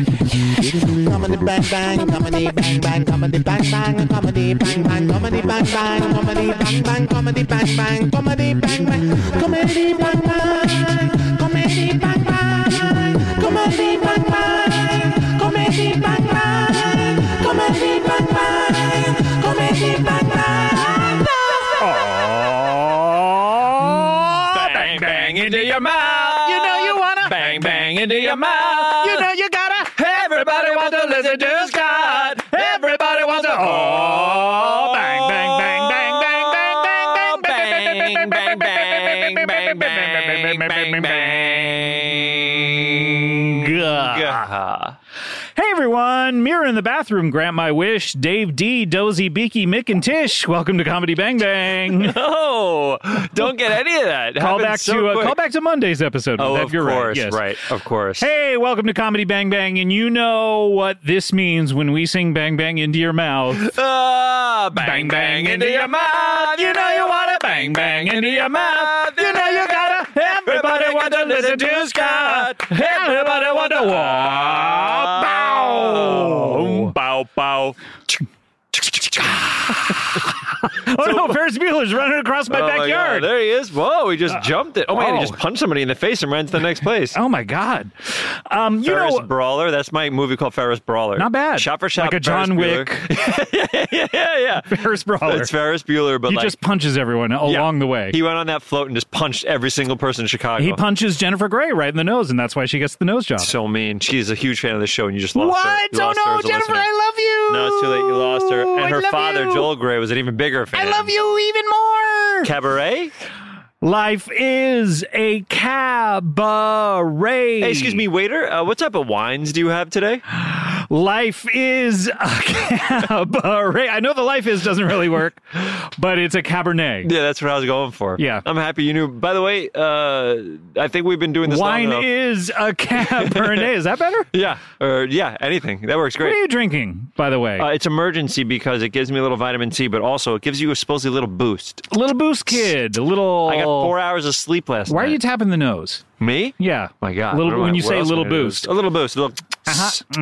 Comedy bang bang, comedy bang bang, comedy bang bang, comedy bang bang, comedy bang bang, comedy bang bang, comedy bang bang, comedy bang bang, comedy bang bang, comedy bang bang, comedy bang bang, comedy bang bang, comedy bang bang, comedy bang bang. Bang, bang into your mouth. You know you wanna- Bang, bang into your mouth. You know you gotta. Everybody wants to listen to Scott. Everybody wants to. Oh, bang, bang, bang, bang, bang, bang, bang, bang, bang, bang, bang, bang, bang, bang, bang, bang, bang. Gah. Hey everyone, Mirror in the bathroom, Grant my wish, Dave D, Dozy, Beaky, Mick, and Tish. Welcome to Comedy Bang Bang. Oh, don't get any of that. call back Happens so to uh, quick. call back to Monday's episode. Oh, Mev, of you're course, right. Yes. right, of course. Hey, welcome to Comedy Bang Bang, and you know what this means when we sing Bang Bang into your mouth. Uh, bang bang into your mouth. You know you wanna bang bang into your mouth. You know you gotta. Everybody want to listen to Scott. Everybody want to wow. Bow. Bow bow. oh no, Ferris Bueller's running across my Oh my God, backyard. there he is. Whoa, he just jumped it. Oh man, oh. he just punched somebody in the face and ran to the next place. oh my god. Um, you Ferris know, Brawler. That's my movie called Ferris Brawler. Not bad. Shot for shot. Like a Ferris John Bueller. yeah, yeah, yeah. Ferris Brawler. It's Ferris Bueller, but He like just punches everyone along Yeah. the way. He went on that float and just punched every single person in Chicago. He punches Jennifer Grey right in the nose, and that's why she gets the nose job. Oh, so mean. She's a huge fan of the show, and you just lost her. You lost her as a listener. love you. No, it's too late. You lost her. And I her love father, you. Joel Gray, was an even bigger fan. you even more. Cabaret? Life is a cabaret. Hey, excuse me, waiter. Uh, what type of wines do you have today? Life is a cabaret. I know the life is doesn't really work, but it's a cabernet. Yeah, that's what I was going for. Yeah. I'm happy you knew. By the way, uh, I think we've been doing this long Wine enough. is a cabernet. Is that better? yeah, or yeah, anything. That works What are great. you drinking, by the way? Uh, it's emergency because it gives me a little vitamin C, but also it gives you a supposedly little boost. little Boost Kid. A little. I got four hours of sleep last Oh. Why night. are you tapping the nose? Me? Yeah. My God. Little, What when am I- you what say else am little I gonna do? boost. Uh-huh. Mm-hmm. A little boost. A little, a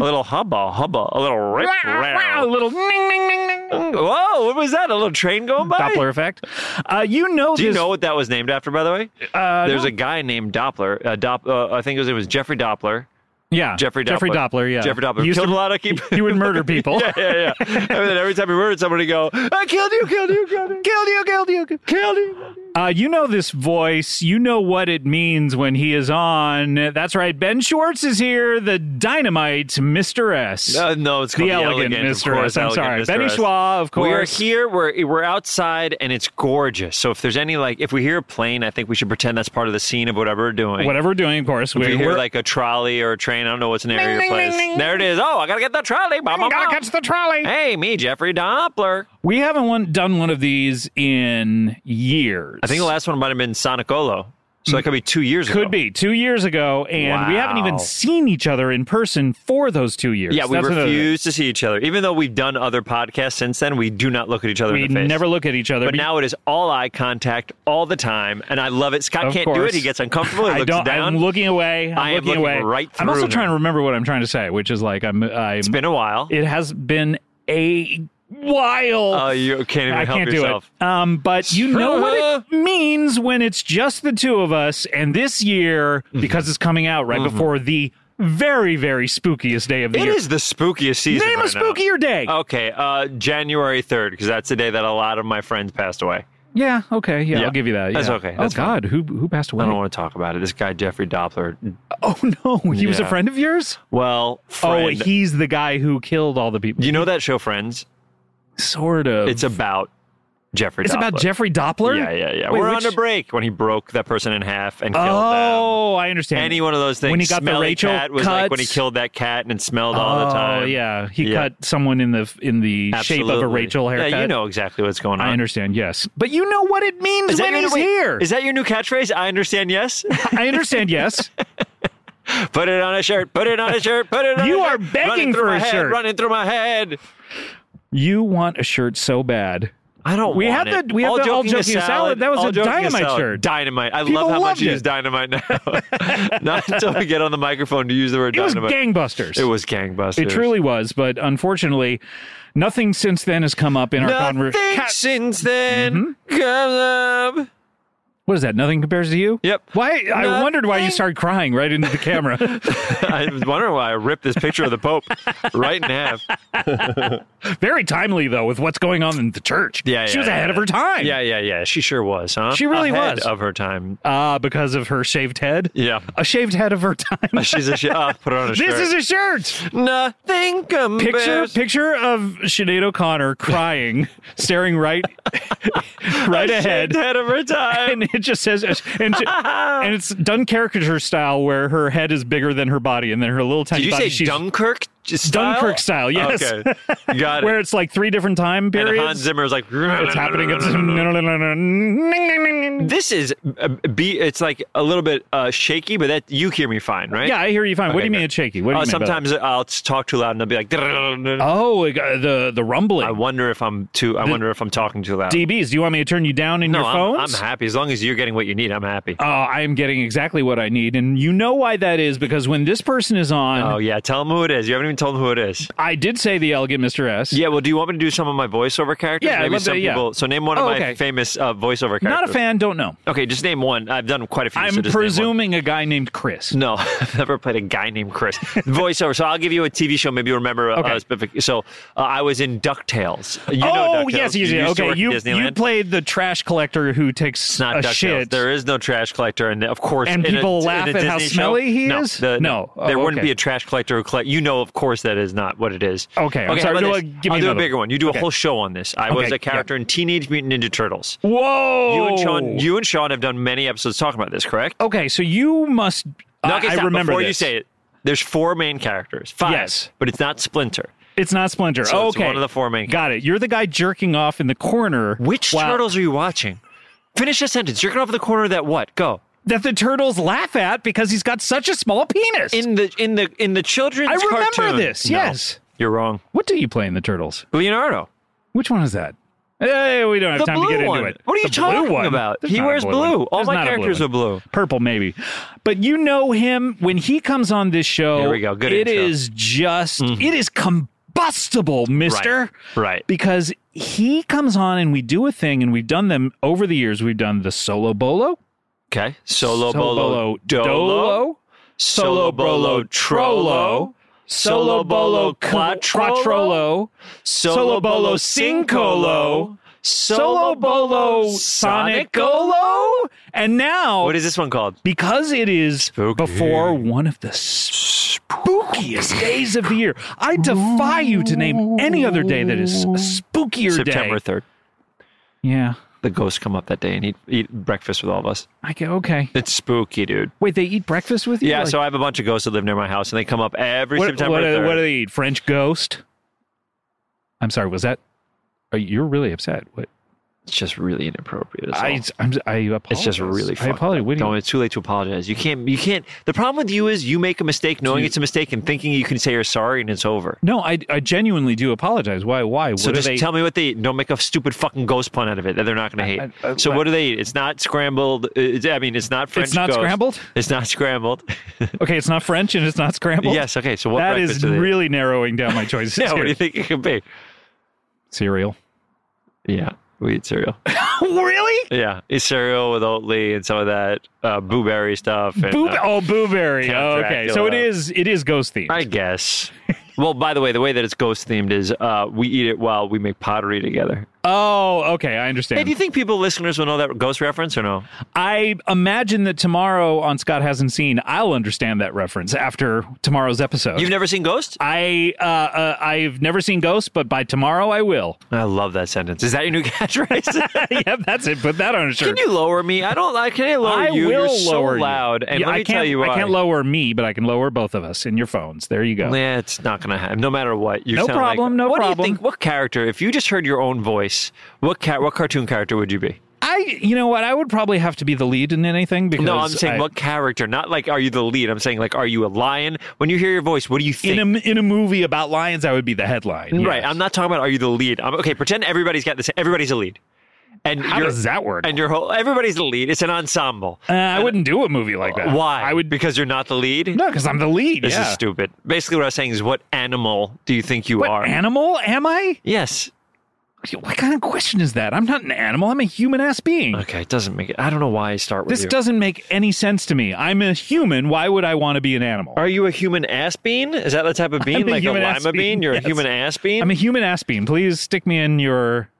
little hubba hubba. A little rip Wow, round. little ning, ning, ning, ning. Whoa, what was that? A little train going by? Doppler effect. Uh, you know Do you this. know what that was named after, by the way? uh, There's no. a guy named Doppler. Uh, Dop, uh, I think it was, it was Jeffrey Doppler. yeah, Jeffrey Doppler. Jeffrey Doppler. Yeah, Jeffrey Doppler. He used Killed a to- lot of keep- He would murder people. yeah, yeah, yeah. and then every time he murdered somebody, he'd go, I killed you, killed you, killed you, killed you, killed you, killed you. Killed you. Uh, you know this voice. You know what it means when he is on. That's right. Ben Schwartz is here. The dynamite, Mister S. Uh, no, it's called the, elegant of Mr. course, S. I'm Elegant sorry. Mr. Benny S. Schwa, of We are course. here. We're we're outside, and it's gorgeous. So if there's any like, if we hear a plane, I think we should pretend that's part of the scene of whatever we're doing. Whatever we're doing, of course. If We, you hear we're like a trolley or a train, I don't know what's near your ding, place. ding, ding. There it is. Oh, I gotta get that trolley. Bah, bah, gotta bah. catch the trolley. Hey, me, Jeffrey Doppler. We haven't one, done one of these in years. I think the last one might have been Sonicolo. So that could be two years ago. Could be two years ago, and we haven't Wow. even seen each other in person for those two years. Yeah, we That's another thing. refuse to see each other. Even though we've done other podcasts since then, we do not look at each other We in the face. never look at each other. but now it is all eye contact all the time, and I love it. Scott Of can't do course. it. He gets uncomfortable. He I looks don't. down. I'm looking away. I'm I am looking looking, away. right I'm also through trying him. to remember what I'm trying to say, which is like I'm. I'm. it's been a while. it has been a while. Oh, you can't even I help can't yourself. do it. Um, but you know what it means when it's just the two of us. And this year, Mm-hmm. because it's coming out right before the very, very spookiest day of the It year. is the spookiest season. Name a right now. spookier day. Okay, uh, January third, because that's the day that a lot of my friends passed away. yeah. Okay. Yeah, Yeah. I'll give you that. That's yeah. okay. Oh That's fine. God, who who passed away? I don't want to talk about it. This guy Jeffrey Doppler. Oh no, he was a Yeah. friend of yours. Well, friend, Oh, he's the guy who killed all the people. you know that show Friends? Sort of. It's about Jeffrey. It's about Doppler. Jeffrey Doppler. Yeah, yeah, yeah. Wait, We're which- on a break when he broke that person in half and killed them. Oh, I understand. Any one of those things. When he got the Smelly Rachel cat was like when he cuts. killed that cat and it smelled all oh, the time. yeah, he Yeah. cut someone in the in the shape of Absolutely. a Rachel haircut. Yeah, you know exactly what's going on. I understand. Yes, but you know what it means Uh, Is that when your- he's wait, here. Is that your new catchphrase? I understand. Yes. I understand. Yes, Put it on a shirt. Put it on a shirt. Put it on. You a are shirt. begging running through for my a head, shirt. Running through my head. you want a shirt so bad. I don't. We want had it. the- we had all the joking all joking aside, salad. That was all a joking dynamite aside, shirt. Dynamite. I People love how much loved you it. use dynamite now. Not until we get on the microphone to use the word It was dynamite. gangbusters. it was gangbusters. It truly was, but unfortunately, nothing since then has come up in our Nothing conversation. since then Mm-hmm. comes up. What is that? Nothing compares to you. Yep. Why? I wondered why you Nothing. started crying right into the camera. I was wondering why I ripped this picture of the Pope right in half. Very timely though, with what's going on in the church. Yeah, she yeah, was ahead yeah. of her time. Yeah, yeah, yeah. She sure was, huh? She really Ahead was. of her time. Ah, because of her shaved head. Yeah. a shaved head of her time. She's a sh- oh, put her on a this shirt. is a shirt. nothing Picture compares. picture of Sinead O'Connor crying, staring right right ahead. Head of her time. And it just says, and, she- and it's done caricature style where her head is bigger than her body, and then her little tiny Did you body. say she's- Dunkirk style? Dunkirk style, yes. Okay. Got it. where it's like three different time and Hans periods. Zimmer was like, It's happening. It's This is uh, be. It's like a little bit uh, shaky, but that you hear me fine, right? yeah, I hear you fine. what Okay, do you mean good. it's shaky? What do you Uh, mean? by that? sometimes I'll talk too loud and I'll be like. Oh, it got- the the rumbling. I wonder if I'm too. I wonder if I'm talking too loud. DBs, do you want me to turn you down in no, your I'm, I'm phones? happy as long as you're getting what you need. I'm happy. Oh, I am getting exactly what I need, and you know why that is because when this person is on, oh yeah, tell them who it is. You haven't even told them who it is. I did say the elegant Mr. S. Yeah. Well, do you want me to do some of my voiceover characters? Yeah, I'd Maybe love some to- yeah. people. So name one of Oh, my okay. famous uh, voiceover characters. Not a fan, don't know. Okay, just name one. I've done quite a few. so I'm just name one. presuming a guy named Chris. No, I've never played a guy named Chris. Voiceover. so I'll give you a TV show. Maybe you remember. uh, Okay. a specific. So uh, I was in Ducktales. You know oh DuckTales. yes, yes, You yes. used to Okay, work at you you Disneyland. played the trash collector who takes It's not a DuckTales. shit. There is no trash collector, and of course, And in a- people in a laugh at how Disney show- smelly he no, is? the- No. Oh, there wouldn't okay. be a trash collector who collect. You know, of course, that is not what it is. Okay, I'm okay. sorry. how about No, this? give me I'll do a another bigger one. one. You do Okay. a whole show on this. I was Okay, a character in Teenage Mutant Ninja Turtles. Whoa! You and Oh. Sean, you and Sean have done many episodes talking about this, correct? okay, so you must. No, I- okay, I stop. remember Before this. you say it, there's four main characters. Five. Yes. But it's not Splinter. It's not Splinter. So it's okay, one of the four main Got it. You're the guy jerking off in the corner. Which while- turtles are you watching? Finish the sentence. You're going off the corner of that what? Go. that the turtles laugh at because he's got such a small penis? In the in the in the children's I remember cartoon. this, No, yes. you're wrong. what do you play in the turtles? Leonardo. Which one is that? Eh, we don't have The time blue to get into one. it. What are you The blue talking one. about? There's he not a wears blue. one. All There's my not a characters one. are blue. Purple, maybe. But you know him when he comes on this show. Here we go. Good It is intro. Mm-hmm. just. It is combustible, Mister. Right. Because he comes on and we do a thing, and we've done them over the years. We've done the solo bolo, Okay. Solo bolo, Solo dolo. dolo, Solo bolo trollo. Solo bolo quattrolo. quattrolo. Solo bolo sincolo. Solo Bolo Sonicolo. And now, What is this one called? because it is Spooky. before one of the spookiest days of the year, I defy you to name any other day that is a spookier September day. 3rd. Yeah. The ghosts come up that day and eat, eat breakfast with all of us. I go, okay. It's spooky, dude. Wait, they eat breakfast with you? Yeah, Like, so I have a bunch of ghosts that live near my house, and they come up every what, September. what, do- 3rd. what do they eat? French ghost? I'm sorry, was that? Oh, you're really upset. What? it's just really inappropriate. is all. I, I'm, I apologize. it's just really. I fucked apologize. up. What do you- No, it's too late to apologize. You can't. You can't. The problem with you is you make a mistake, knowing it's a mistake, and thinking you can say you're sorry, and it's over. No, I, I genuinely do apologize. Why? Why? What So do just they? tell me what they eat. and Don't make a stupid fucking ghost pun out of it that they're not going to hate. I- I- so what do they eat? It's not scrambled. uh, it's- I mean, it's not French. not ghost. scrambled? It's not scrambled. okay, it's not French and it's not scrambled. yes. Okay. So what that breakfast is do they eat? really narrowing down my choices. Yeah. What here. do you think it could be? Cereal. Yeah. We eat cereal. really? Yeah, it's cereal with Oatly and some of that uh, blueberry stuff. And, Boo- uh, oh, booberry. Count Oh, okay, so it Dracula. is. It is ghost themed. I guess. well, by the way, the way that it's ghost themed is uh, we eat it while we make pottery together. oh, okay, I Hey, understand. do you think people listeners will know that ghost reference or no? I imagine that tomorrow on Scott hasn't seen. I'll understand that reference after tomorrow's episode. You've never seen Ghost? I uh, uh, I've never seen Ghost, but by tomorrow I will. I love that sentence. Is that your new catchphrase? yeah, that's it. Put that on a shirt. Can you lower me? I don't like. Can I lower I you? will You're so lower you. loud. And Yeah, let I me can't, tell you why. I can't lower me, but I can lower both of us in your phones. There you go. Yeah, it's not going to happen. No matter what, you No sound like- problem, no what problem. do you think? What character? If you just heard your own voice, what ca- what cartoon character would you be? I I, you know what? I would probably have to be the lead in anything because No, I'm saying I- what character? Not like are you the lead? I'm saying like are you a lion? When you hear your voice, what do you think? in a in a movie about lions, I would be the headline. Right. yes. I'm not talking about are you the lead. I'm, okay, pretend everybody's got this. Everybody's a lead. And How your- does that work? And your whole everybody's the lead. It's an ensemble. Uh, I wouldn't do a movie like that. Why? I would because you're not the lead. no, because I'm the lead. this yeah. is stupid. Basically, what I was saying is, what animal do you think you What are? animal am I? yes. What kind of question is that? I'm not an animal. I'm a human ass being. Okay. It doesn't make it. I don't know why I start with This you. doesn't make any sense to me. I'm a human. Why would I want to be an animal? Are you a human ass bean? Is that the type of bean, a like human a ass lima bean? bean, You're yes. a human ass bean. I'm a human ass being. Please stick me in your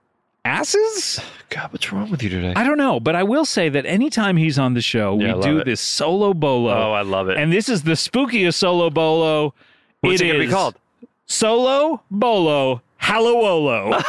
asses? God, what's wrong with you today? I don't know, but I will say that anytime he's on the show, Yeah, I we love do it. this solo bolo. Oh, I love it. And this is the spookiest solo bolo. What's it, it gonna be is called? Solo Bolo Hallowolo.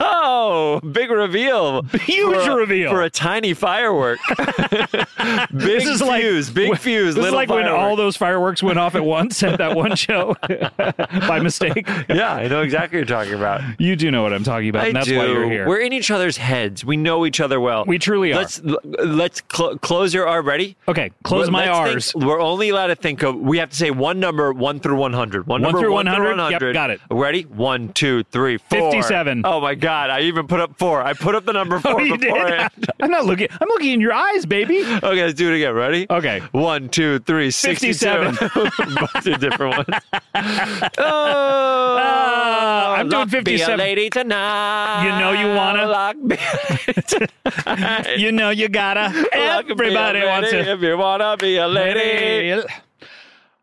Oh, big reveal! Huge for a, reveal. for a tiny firework. big is like- fuse, big fuse. This is little like when all firework. those fireworks went off at once at that one show by mistake. yeah, I know exactly what you're talking about. You do know what I'm talking about, I and that's do. why you're here. We're in each other's heads. We know each other well. We truly are. Let's l- let's cl- close your R. Ready? okay, close Let- my let's think- R's. we're only allowed to think of. We have to say one number, one through one hundred. One, One number, through one through 100? one Yep, hundred. got it. Ready? One, two, three, four. 57. Oh my God! I even put up four. I put up the number four Oh, you did? beforehand. I'm not looking. I'm looking in your eyes, baby. Okay, let's do it again. Ready? Okay. One, two, three, 57. 67. Bunch of different ones. Oh, Ah, I'm doing lock me a 57. lady tonight. You know you wanna. Lock me a You know you gotta. Lock me a Everybody lady wants it. If you wanna be a lady.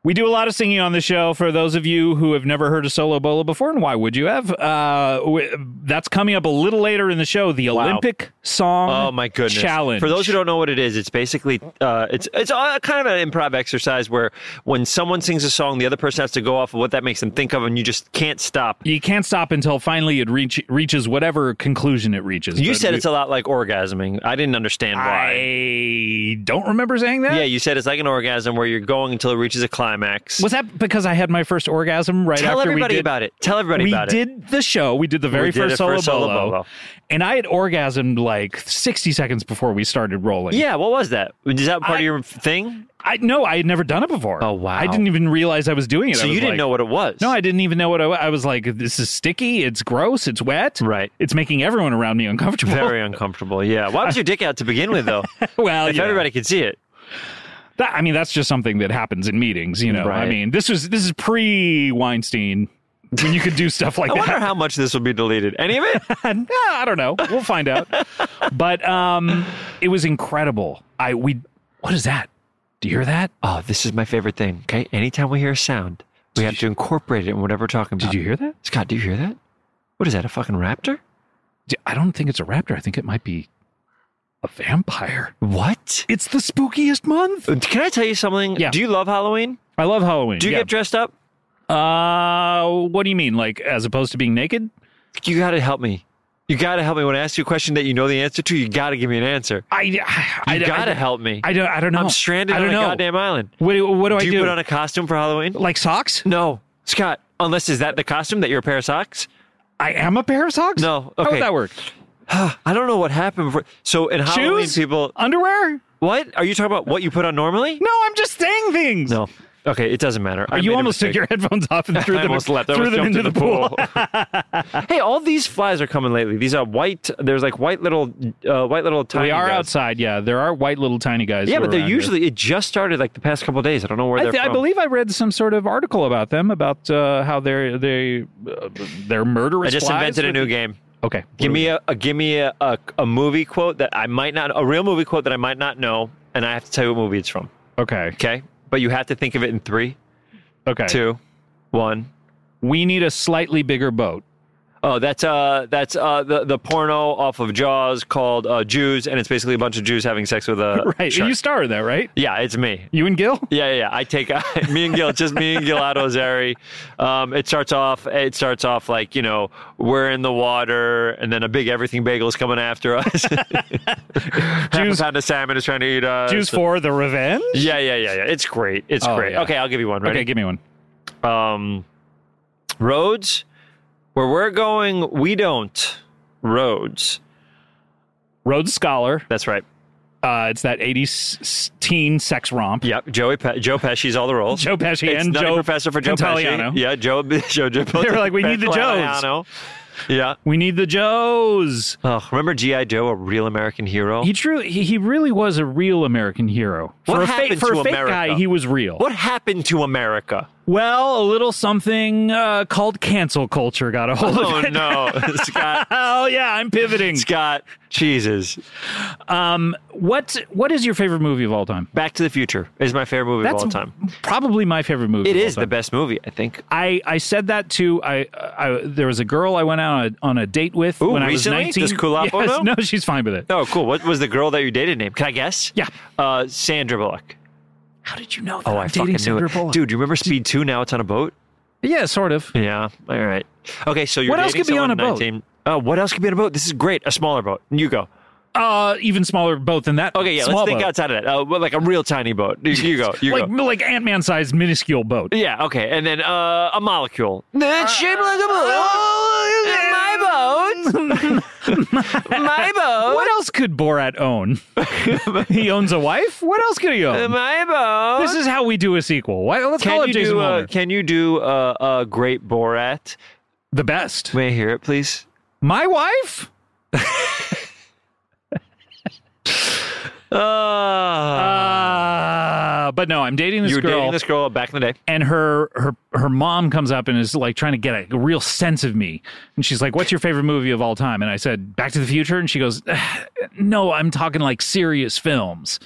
We do a lot of singing on the show. For those of you who have never heard a solo bolo before, and why would you have? Uh, w- that's coming up a little later in the show. The Olympic song. Oh my goodness! Challenge For those who don't know what it is, it's basically uh, it's it's a, kind of an improv exercise where when someone sings a song, the other person has to go off of what that makes them think of, and you just can't stop. you can't stop until finally it reach, reaches whatever conclusion it reaches. You But said we- it's a lot like orgasming. I didn't understand why. I don't remember saying that. Yeah, you said it's like an orgasm where you're going until it reaches a climax. Was that because I had my first orgasm right Tell after we everybody did? about it. Tell everybody we about did the show. We did the very We did first, it solo, for Solo bolo, Bolo. and I had orgasmed like sixty seconds before we started rolling. it. Yeah, what was that? Is that part I- of your thing? I no, I had never done it before. Oh, wow. I didn't even realize I was doing it. So I you was didn't like- know what it was. No, I didn't even know what I, wa- I was like. This is sticky. It's gross. It's wet. Right. It's making everyone around me uncomfortable. very uncomfortable. Yeah. Why was your dick out to begin with, though? well, if you know, everybody could see it. that- I mean, that's just something that happens in meetings. You know, I Right. mean, this was this is pre Weinstein when you could do stuff like I that. wonder how much this will be deleted. Any of it? Nah, I don't know. We'll find out. but um, it was incredible. I we what is that? Do you hear that? Oh, this is my favorite thing. Okay. Anytime we hear a sound, we have to incorporate it in whatever we're talking about. Did you hear that? Scott, do you hear that? What is that? A fucking raptor? D- I don't think it's a raptor. I think it might be a vampire. What? It's the spookiest month. Can I tell you something? Yeah. Do you love Halloween? I love Halloween. Do you yeah. get dressed up? uh, what do you mean? Like as opposed to being naked? You got to help me. You got to help me. When I ask you a question that you know the answer to, you got to give me an answer. I I, You I got I, to help me. I don't. I don't know. am stranded I don't on know. a goddamn island. What do, what do, Do I you do? put on a costume for Halloween? like socks? No, Scott. Unless is that the costume that you're a pair of socks? I am a pair of socks. No, How okay. would that work? I don't know what happened. For, so in Halloween, Shoes? people, Underwear? what are you talking about? What you put on normally? No, I'm just saying things. No. Okay, it doesn't matter. I you made a almost took mistake. your headphones off and threw I them, almost left. I threw almost them jumped into in the pool. hey, all these flies are coming lately. These are white. There's like white little, uh, white little tiny. we are guys. outside. Yeah, there are white little tiny guys. Yeah, who but are they're around here. usually. It just started like the past couple days. I don't know where I, they're th- I from. believe I read some sort of article about them about uh, how they're they uh, they're murderous. I just flies invented a with- new game. Okay, Give me a, a give me a, a a movie quote that I might not a real movie quote that I might not know, and I have to tell you what movie it's from. okay, Okay, but you have to think of it in three, okay. two, one. We need a slightly bigger boat. Oh, that's uh that's uh the, the porno off of Jaws called uh, Jews, and it's basically a bunch of Jews having sex with a Right, shark. you started that, right? yeah, it's me. You and Gil. Yeah, yeah, yeah. I take me and Gil, just me and Gil Adozari. Um, it starts off. It starts off like you know we're in the water, and then a big everything bagel is coming after us. Half a Jews- pound of salmon is trying to eat us. Choose for the revenge. Yeah, yeah, yeah, yeah. It's great. It's Oh, great. yeah. Okay, I'll give you one. Okay, Ready? give me one. Um, roads where we're going, we don't. Roads. Rhodes Scholar. That's right. Uh, it's that 80s teen sex romp. Yep. Joey Pe- Joe Pesci's all the roles. Joe Pesci It's and Nutty Joe Professor for Joe Pantoliano. Pesci. Yeah, Joe Joe. Joe they were like, we need the Joes. Yeah. We need the Joes. Oh, remember GI Joe, a real American hero? He truly, he, he really was a real American Oh. hero. What for a fake, happened for to a fake America? guy, he was real. what happened to America? Well, a little something uh, called cancel culture got a hold of. Oh no, Scott. Oh yeah, I'm pivoting. Scott, Jesus. What What is your favorite movie of all time? Back to the Future is my favorite movie That's of all time. probably my favorite movie. It of all is time. the best movie, I think. I, I said that to I, I there was a girl I went out on a, on a date with Ooh, when I recently? was 19. Does Kulapo Yes, know? No, she's fine with it. Oh, cool. What was the girl that you dated name? Can I guess? Yeah. Uh, Sandra Bullock. How did you know that? Oh, I'm i dating fucking knew Sandra it. Bullock? Dude, you remember Speed 2 now it's on a boat? Yeah, sort of. Yeah. All right. Okay, so you're What else dating could be on someone a boat? 19 Oh, what else could be on a boat? This is great. A smaller boat. You go. Uh, even smaller boat than that. Okay, yeah, Small let's think boat. outside of that. Uh, well, like a real tiny boat. You, you go. You like go. like Ant Man sized minuscule boat. Yeah, okay. And then uh, a molecule. That's shaped like a balloon. Uh, my boat. my boat. What else could Borat own? he owns a wife. What else could he own? My boat. This is how we do a sequel. Why, let's call Uh, can up you, Jason do, uh, Wilder. can you do uh, a great Borat? the best. May I hear it, please? My wife? Uh, Uh, but no, I'm dating this you were girl, dating this girl back in the day. and her her her mom comes up and is like trying to get a real sense of me, and she's like, "What's your favorite movie of all time?" And I said, "Back to the Future," and she goes, "Eh, "No, I'm talking like serious films."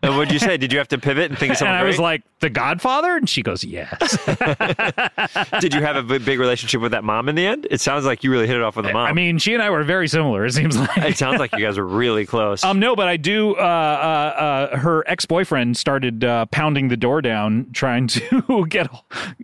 And what'd you say? Did you have to pivot and think of and something I was great? like, "The Godfather," and she goes, "Yes." Did you have a b- big relationship with that mom in the end? It sounds like you really hit it off with the mom. I mean, she and I were very similar. It seems like. it sounds like you guys were really close. Um, no, but I do. Uh, uh, uh, her ex boyfriend started uh, pounding the door down, trying to get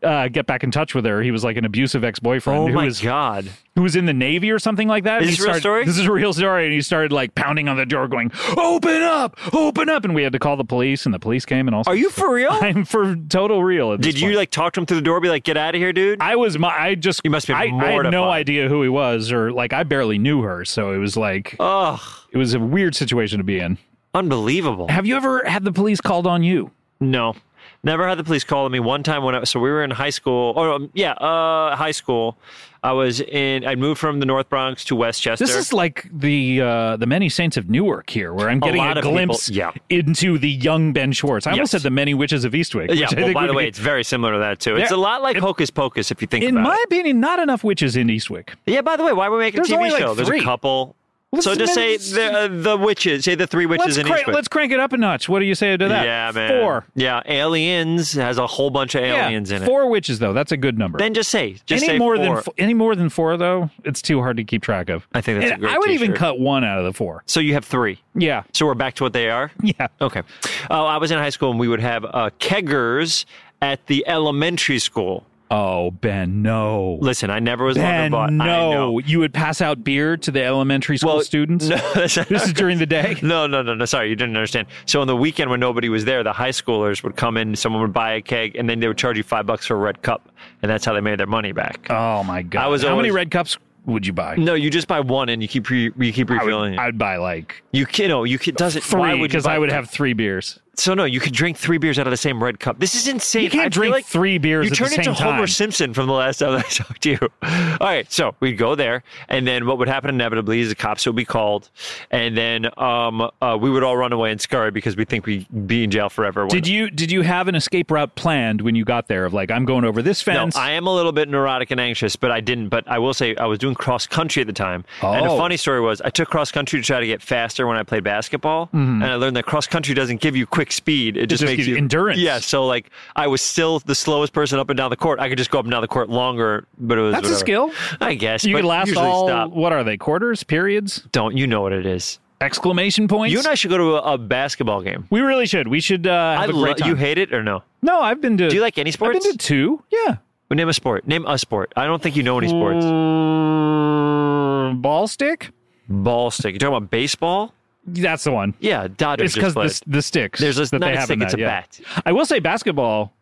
uh, get back in touch with her. He was like an abusive ex boyfriend oh who my was god! who was in the navy or something like that. Is He this a real started- story? This is a real story, and he started like pounding on the door, going, "Open up, open up!" And we had to call the police, and the police came, and also Are you for real? I'm for total real. At Did this you point. like talk to him through the door? Be like, get out of here, dude. I was my. I just. You must be I, I had no mortified. idea who he was, or like I barely knew her, so it was like Ugh, it was a weird situation to be in. unbelievable. Have you ever had the police called on you? No, never had the police call on me. One time when I so we were in high school. Oh um, yeah, uh, high school. I was in. I moved from the North Bronx to Westchester. This is like the uh, the many saints of Newark here, where I'm getting a, lot of glimpse people- into the young Ben Schwartz. I almost Yes. said the many witches of Eastwick. yeah. which I Well, think by would the be- way, it's very similar to that too. It's There- a lot like Hocus Pocus if you think in about my it. opinion, not enough witches in Eastwick. Yeah. By the way, why are we making There's a TV only, like, show? There's three. a couple. Let's- so just say let's- the, uh, the witches. Say the three witches Let's, in crank, Eastwick. let's crank it up a notch. What do you say to that? Yeah, man. Four. Yeah, aliens has a whole bunch of Yeah, aliens in it. four witches though. That's a good number. Then just say, just any say more four. than f- any more than four though, it's too hard to keep track of. I think that's And a great I would even t-shirt. cut one out of the four. So you have three. Yeah, So we're back to what they are. yeah. Okay. Oh, I was in high school and we would have uh, keggers at the elementary school. Oh Ben, no. Listen, I never was on the Ben, butt. I no. know. You would pass out beer to the elementary school Well, students. No, that's not- This is during the day. no, no, no, no. Sorry, you didn't understand. So on the weekend when nobody was there, the high schoolers would come in. Someone would buy a keg, and then they would charge you five bucks for a red cup, and that's how they made their money back. Oh my god. I was How many always- red cups would you buy? no, you just buy one and you keep re- you keep I refilling. would, it. I'd buy like you can, no, you can, does it? why three would you because buy- I would have three beers. So no, you could drink three beers out of the same red cup. This is insane. You can't I feel drink like three beers You at turn the into same time. Homer Simpson from the last time I talked to you. All right, so we'd go there, and then what would happen inevitably is the cops would be called, and then um, uh, we would all run away and scurry because we think we'd be in jail forever. Did you did you have an escape route planned when you got there of like I'm going over this No, fence? I am a little bit neurotic and anxious, but I didn't. But I will say I was doing cross country at the time. And Oh. a funny story was I took cross country to try to get faster when I played basketball, and I learned that cross country doesn't give you quick speed. It, just, Mm-hmm. just makes gives you you endurance. Yeah, so like I was still the slowest person up and down the court. I could just go up and down the court longer, but it was That's a whatever. skill. I guess. you but could last usually all stop. what are they quarters periods Don't you know what it is? exclamation points? You and I should go to a, a basketball game. we really should. We should uh, have I a lo- great time. you hate it or no? no, I've been to. Do you like any I've been sports? to two. Yeah, Well, Name a sport. Name a sport. I don't think you know any sports. Mm, ball stick. Ball stick. You talking about baseball? That's the one. Yeah, Dodgers It's because just played. the, the sticks. There's a that they not a have in stick, it's that, a yeah. bat. I will say basketball.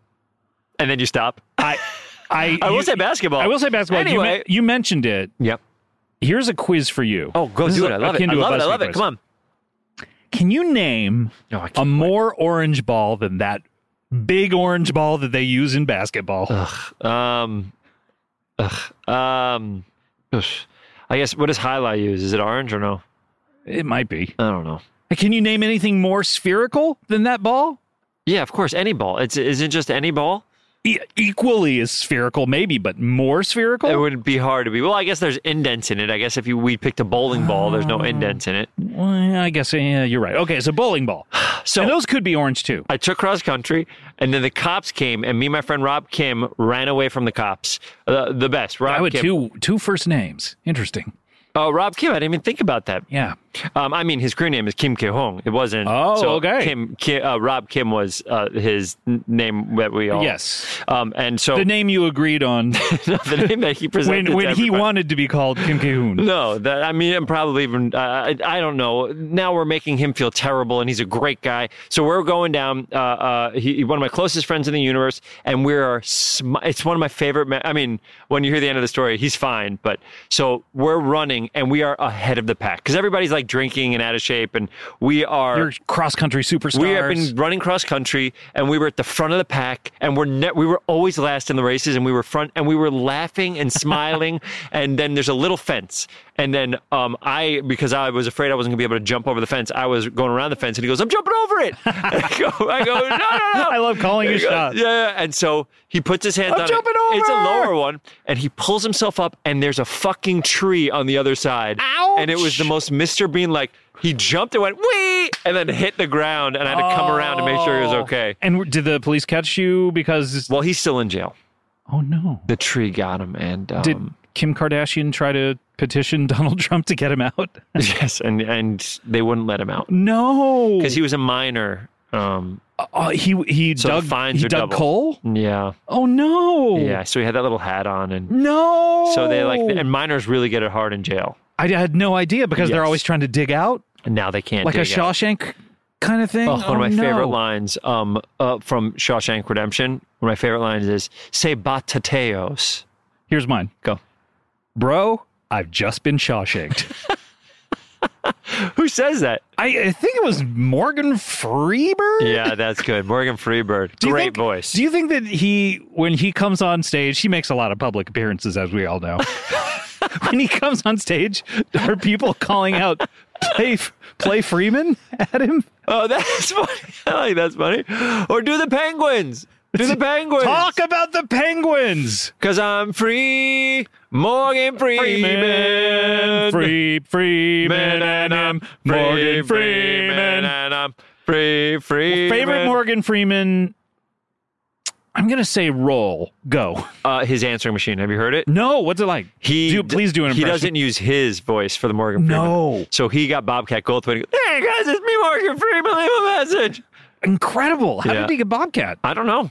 And then you stop. I I, I will you- say basketball. I will say basketball. You Anyway. men- you, mentioned it. Yep. Here's a quiz for you. Oh, go This do is it. I love it. akin I to a love it. I BuzzFeed love it. quiz. Come on. Can you name No, I can't a wait. more orange ball than that big orange ball that they use in basketball? Um, ugh, um, oosh. I guess what does highlight use? Is it orange or no? It might be. I don't know. Can you name anything more spherical than that ball? Yeah, of course, any ball. It's isn't just any ball. E- equally as spherical, maybe, but more spherical. It wouldn't be hard to be. Well, I guess there's indents in it. I guess if you we picked a bowling ball, there's no indents in it. Well, I guess yeah, you're right. Okay, it's a bowling ball. So and those could be orange too. I took cross country, and then the cops came, and me and my friend Rob Kim ran away from the cops. Uh, the best, Rob I would Kim. two two first names. Interesting. Oh, Rob Kim. I didn't even think about that. Yeah. Um, I mean, his crew name is Kim Ki Hong. It wasn't. Oh, so okay. Kim, Ki uh, Rob Kim was uh, his n- name that we all. Yes. Um, and so The name you agreed on the name that he presented when to when he everybody. wanted to be called Kim ki hoon No, that I mean, and probably even uh, I, I don't know. Now we're making him feel terrible, and he's a great guy. So we're going down. Uh, uh, he, one of my closest friends in the universe, and we are. Sm- it's one of my favorite. Ma- I mean, when you hear the end of the story, he's fine. But so we're running, and we are ahead of the pack because everybody's like drinking and out of shape, and we are. You're cross country superstars. We have been running cross country, and we were at the front of the pack, and we're ne- we were always last in the races, and we were front, and we were laughing and smiling, and then there's a little fence, and then um, I because I was afraid I wasn't gonna be able to jump over the fence, I was going around the fence, and he goes, "I'm jumping over it." And I go, I go, "No, no, no!" I love calling you He goes, shot. Yeah, yeah, and so he puts his hands I'm on jumping it. It's a over! lower one, and he pulls himself up, and there's a fucking tree on the other side, and it was the most Mr. Bean like. He jumped and went wee, and then hit the ground, and I had to come around to make sure he was Oh. okay. And did the police catch you because? Well, he's still in jail. Oh no! The tree got him, and um, Did Kim Kardashian try to petition Donald Trump to get him out? yes, and and they wouldn't let him out no, because he was a minor. Um, Uh, he he So the dug fines he are dug double. coal. yeah, Oh no! yeah. So he had that little hat on, and No. so they like, and minors really get it hard in jail. I had no idea because they're Yes. always trying to dig out And now they can't like a dig out. Shawshank kind of thing. Oh, one Oh, of my no. favorite lines um, uh, from Shawshank Redemption. One of my favorite lines is "Say batateos." Here's mine. Go. Bro, I've just been Shawshanked. Who says that? I, I think it was Morgan Freeberg. Yeah, that's good. Morgan Freebird, Do you great think- voice. Do you think that he, when he comes on stage, he makes a lot of public appearances, as we all know. when he comes on stage, are people calling out play, play Freeman at him? oh, that's funny. I like that's funny. Or do the penguins? Do the penguins? Talk about the Penguins. Cause I'm free, Morgan Freeman. Free, Freeman, Freeman and and I'm him. free, Morgan Freeman. and I'm free, free. Favorite Morgan Freeman. I'm gonna say roll. Go. Uh, his answering machine. Have you heard it? No, what's it like? He do, please do an impression. He doesn't use his voice for the Morgan Freeman. No. So he got Bobcat Goldthwait. and he goes, Hey guys, it's me, Morgan Freeman. Leave a message. Incredible. How Yeah. did he get Bobcat? I don't know.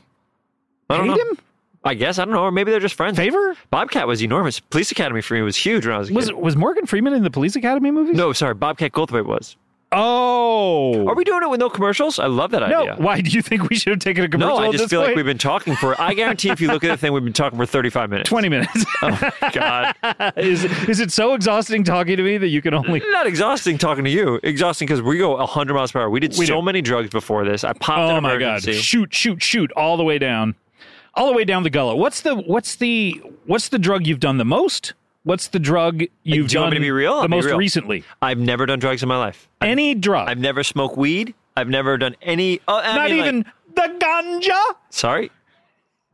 I don't Hate know. him? I guess I don't know, or maybe they're just friends. Favor? Bobcat was enormous. Police Academy for me was huge when I was a Was kid. was Morgan Freeman in the Police Academy movies? No, sorry, Bobcat Goldthwait was. Oh. Are we doing it with no commercials? I love that no. idea. Why do you think we should have taken a commercial? No, I at just this feel like point? we've been talking for. I guarantee, if you look at the thing, we've been talking for thirty-five minutes. 20 minutes. God, is, it- is it so exhausting talking to me that you can only. not exhausting talking to you. Exhausting because we go hundred miles per hour. We did We so do. many drugs before this. I popped Oh an my God. emergency. Shoot, shoot, shoot. All the way down. All the way down the gullet. What's the what's the what's the drug you've done the most? What's the drug you've do you done want me to be real? the I'll be most real. recently? I've never done drugs in my life. Any drug. I've never smoked weed. I've never done any. Oh, I Not mean, like- even the ganja? sorry.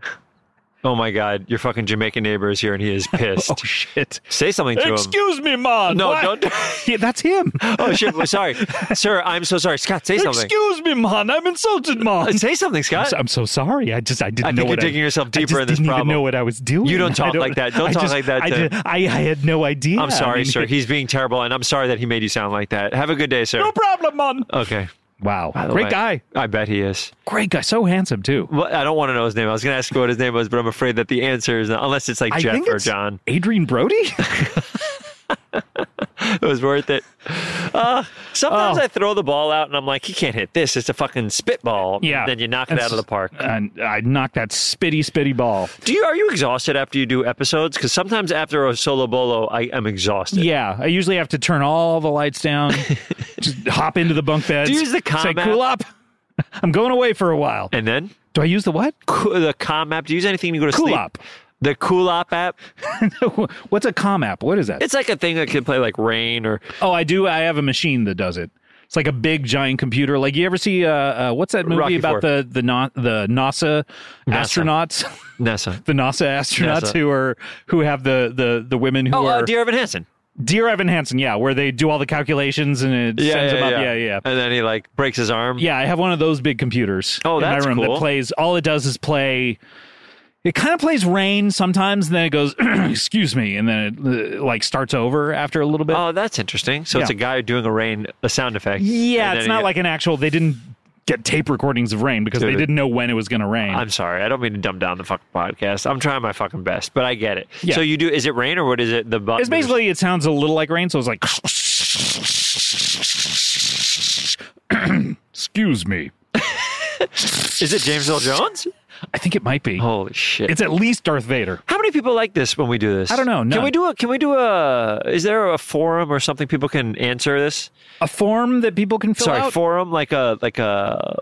Oh my God, your fucking Jamaican neighbor is here and he is pissed. Oh shit. Say something to him. Excuse me, man. No, Why- don't- Yeah, that's him. Oh shit, well, sorry, sir. I'm so sorry, Scott. Say something. Uh, Excuse me, man. I'm insulted, man. Say something, Scott. I'm so sorry. I just I didn't I know think what you're digging I, yourself I deeper just in this didn't problem. Even know what I was doing. You don't I talk like that. Don't I talk just- like that I, to- did- I, I had no idea. I'm sorry, I mean, sir. He's being terrible, and I'm sorry that he made you sound like that. Have a good day, sir. no problem, man. Okay. Wow, By the great way, guy. I bet he is. Great guy. So handsome too. Well, I don't want to know his name. I was going to ask what his name was, but I'm afraid that the answer is not, unless it's like I Jeff think or it's John. Adrian Brody. was worth it. Uh, sometimes Oh. I throw the ball out and I'm like, he can't hit this. It's a fucking spitball. Yeah. uh, Then you knock it out of the park. And I knocked that spitty, spitty ball. Do you are you exhausted after you do episodes? Because sometimes after a solo bolo, I am exhausted. Yeah, I usually have to turn all the lights down, just hop into the bunk beds. Do you use the say, comm app? cool up. I'm going away for a while. And then Do I use the what? co- the com app. Do you use anything to go to Cool sleep? Op. The cool op app. What's a com app? What is that? It's like a thing that can play like rain or oh, I do. I have a machine that does it. It's like a big giant computer. Like you ever see uh, uh what's that movie Rocky Four. about the the Na- the NASA, astronauts, NASA. the NASA astronauts NASA. who are who have the the the women who Oh, are uh, Dear Evan Hansen. Dear Evan Hansen, yeah, where they do all the calculations and it sends them up. Yeah, yeah. And then he like breaks his arm. Yeah, I have one of those big computers Oh, in my that's room that cool. plays. All it does is play. It kind of plays rain sometimes, and then it goes, "Excuse me," and then it uh, like starts over after a little bit. Oh, that's interesting. So it's Yeah. a guy doing a rain a sound effect. yeah, And it's then not he- like an actual. They didn't get tape recordings of rain because they Dude. didn't know when it was going to rain. I'm sorry. I don't mean to dumb down the fucking podcast. I'm trying my fucking best, but I get it. Yeah. So you do? Is it rain or what is it? The button. it's basically it sounds a little like rain, so it's like, "Excuse me." Is it James Earl Jones? I think it might be. Holy shit! It's at least Darth Vader. How many people like this when we do this? I don't know, none. Can we do a? Can we do a? Is there a forum or something people can answer this? A form that people can fill Sorry, out. forum like a like a.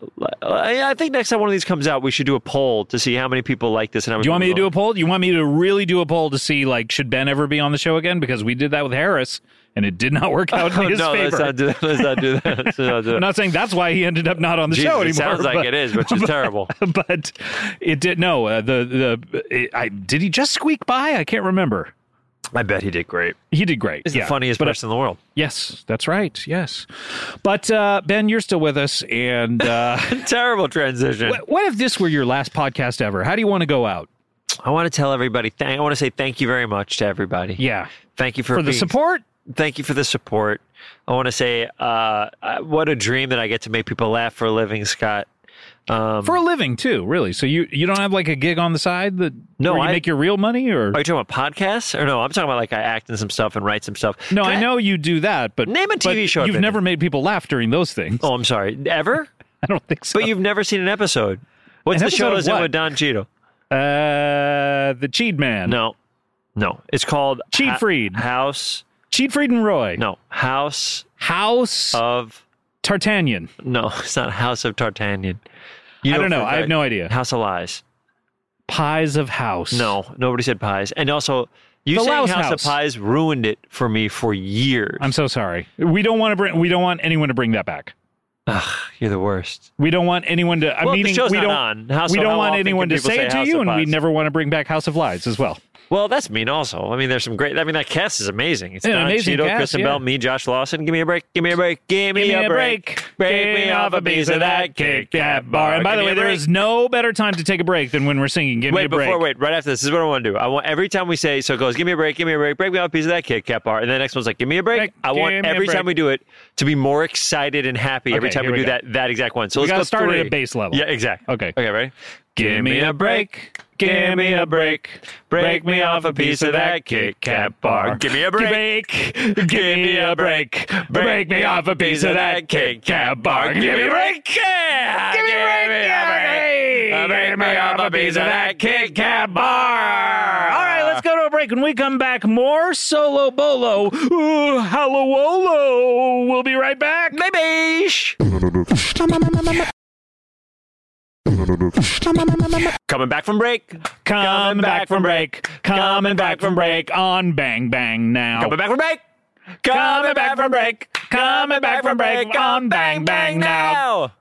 I I think next time one of these comes out, we should do a poll to see how many people like this. And how many Do you want me to people do a don't. poll? You want me to really do a poll to see like should Ben ever be on the show again? Because we did that with Harris and it did not work out in his Oh, no, favor. let's not do that. Let's not do that. Let's not do I'm that. not saying that's why he ended up not on the Jesus, show anymore. it sounds like but- it is, which is terrible. But it did no. Uh, the the it, I did he just squeak by? I can't remember. I bet he did great. He did great. He's yeah. the funniest but, uh, person in the world. yes, that's right. Yes, but uh, Ben, you're still with us. And uh, terrible transition. what, what if this were your last podcast ever? How do you want to go out? I want to tell everybody. Thank, I want to say thank you very much to everybody. Yeah, Thank you for, for the being- support. Thank you for the support. I want to say, uh, I- what a dream that I get to make people laugh for a living, Scott. Um, for a living too, really. So you you don't have like a gig on the side that No, where you I- make your real money or are you talking about podcasts or no? I'm talking about like I act in some stuff and write some stuff. no? Can I know you do that, but Name a but TV show I've You've been never made people laugh during those things. Oh, I'm sorry. Ever? I don't think so. But you've never seen an episode. What's An the show? episode of Is it what? with Don Cheadle? uh, the Cheat Man, No, no. It's called Cheat Ha- Freed. House. Cheat Fried and Roy, No, House House of Tartanian. No, it's not House of Tartanian. You I don't know. for a I have fact. no idea. House of Lies. Pies of House. No, nobody said pies. And also, you The saying Louse House, of House. Pies ruined it for me for years. I'm so sorry. We don't want to bring. We don't want anyone to bring that back. Ugh, you're the worst. We don't want anyone to. I'm Well, the meaning show's we not don't. on. How- we so don't how want often anyone can to people say say it to House you, of and we Pies? never want to bring back House of Lies as well. Well, that's mean also. I mean, there's some great. I mean, that cast is amazing. It's Yeah, Don amazing Cheadle, cast, Kristen yeah. Bell, me, Josh Lawson. Give me a break. Give me a break. Give me, Give a break. Break me off a piece of that kick that bar. And by Give the me way, a there break. is no better time to take a break than when we're singing. Give me Wait, a break. before, wait, right after this, this is what I want to do. I want every time we say, so it goes, give me a break, give me a break, break me off a piece of that Kit Kat bar. And the next one's like, give me a break. Break, I want give me a every break. time we do it to be more excited and happy every Okay, time here we, we do go. that that exact one. So We let's gotta go start at a three. base level. Yeah, exactly. Okay. Okay, ready? Give me a break. Give me a break. Break me off a piece of that Kit Kat bar. Give me a break. Break. Give me a break. Break me off a piece of that Kit Kat bar. Give me a break. Yeah, Give me a break. yeah, Break me off a piece of that Kit Kat bar. All right, let's go to a break. When we come back, more solo bolo. Ooh, hallowolo. We'll be right back. Maybe. Coming back from break. Coming back from break. Coming back from break on Bang Bang now. Coming back from break. Coming back from break. Coming back from break on Bang Bang now.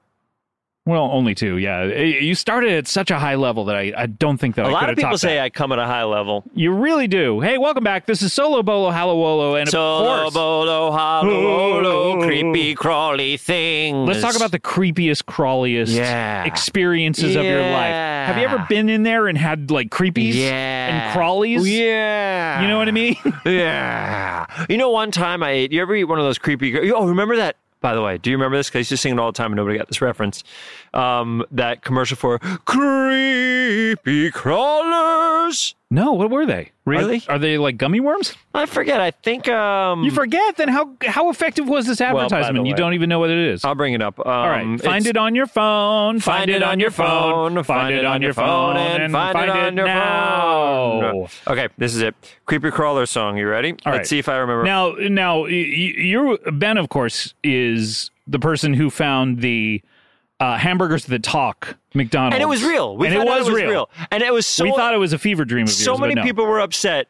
Well, only two, yeah. Eh, You started at such a high level that I, I don't think that A I lot of could have people topped say that. I come at a high level. You really do. Hey, welcome back. This is Solo Bolo Hallowolo, and Solo of course, bolo Oh. hollow creepy crawly thing. let's talk about the creepiest, crawliest Yeah. experiences of your life. Yeah. Have you ever been in there and had like creepies yeah and crawlies? Yeah, You know what I mean? Yeah. You know, one time I ate. You ever eat one of those creepy? gr- Oh, remember that? By the way, do you remember this? Because I used to sing it all the time, and nobody got this reference. Um, that commercial for creepy crawlers. No, what were they? Are- Really? Are, they like gummy worms? I forget. I think um, You forget. Then how how effective was this by the advertisement? you way. don't even know what it is. I'll bring it up. Um, All right, find it on your phone. Find it on your phone. Find it on your phone. And find it on your now. phone. Okay, this is it. Creepy crawler song. You ready? Let's right. see if I remember. Now, now, y- y- you Ben, of course, is the person who found the uh, hamburgers that talk McDonald's, and it was real. We and found out it was real. And it was so we thought it was a fever dream of yours. so but many no. people were upset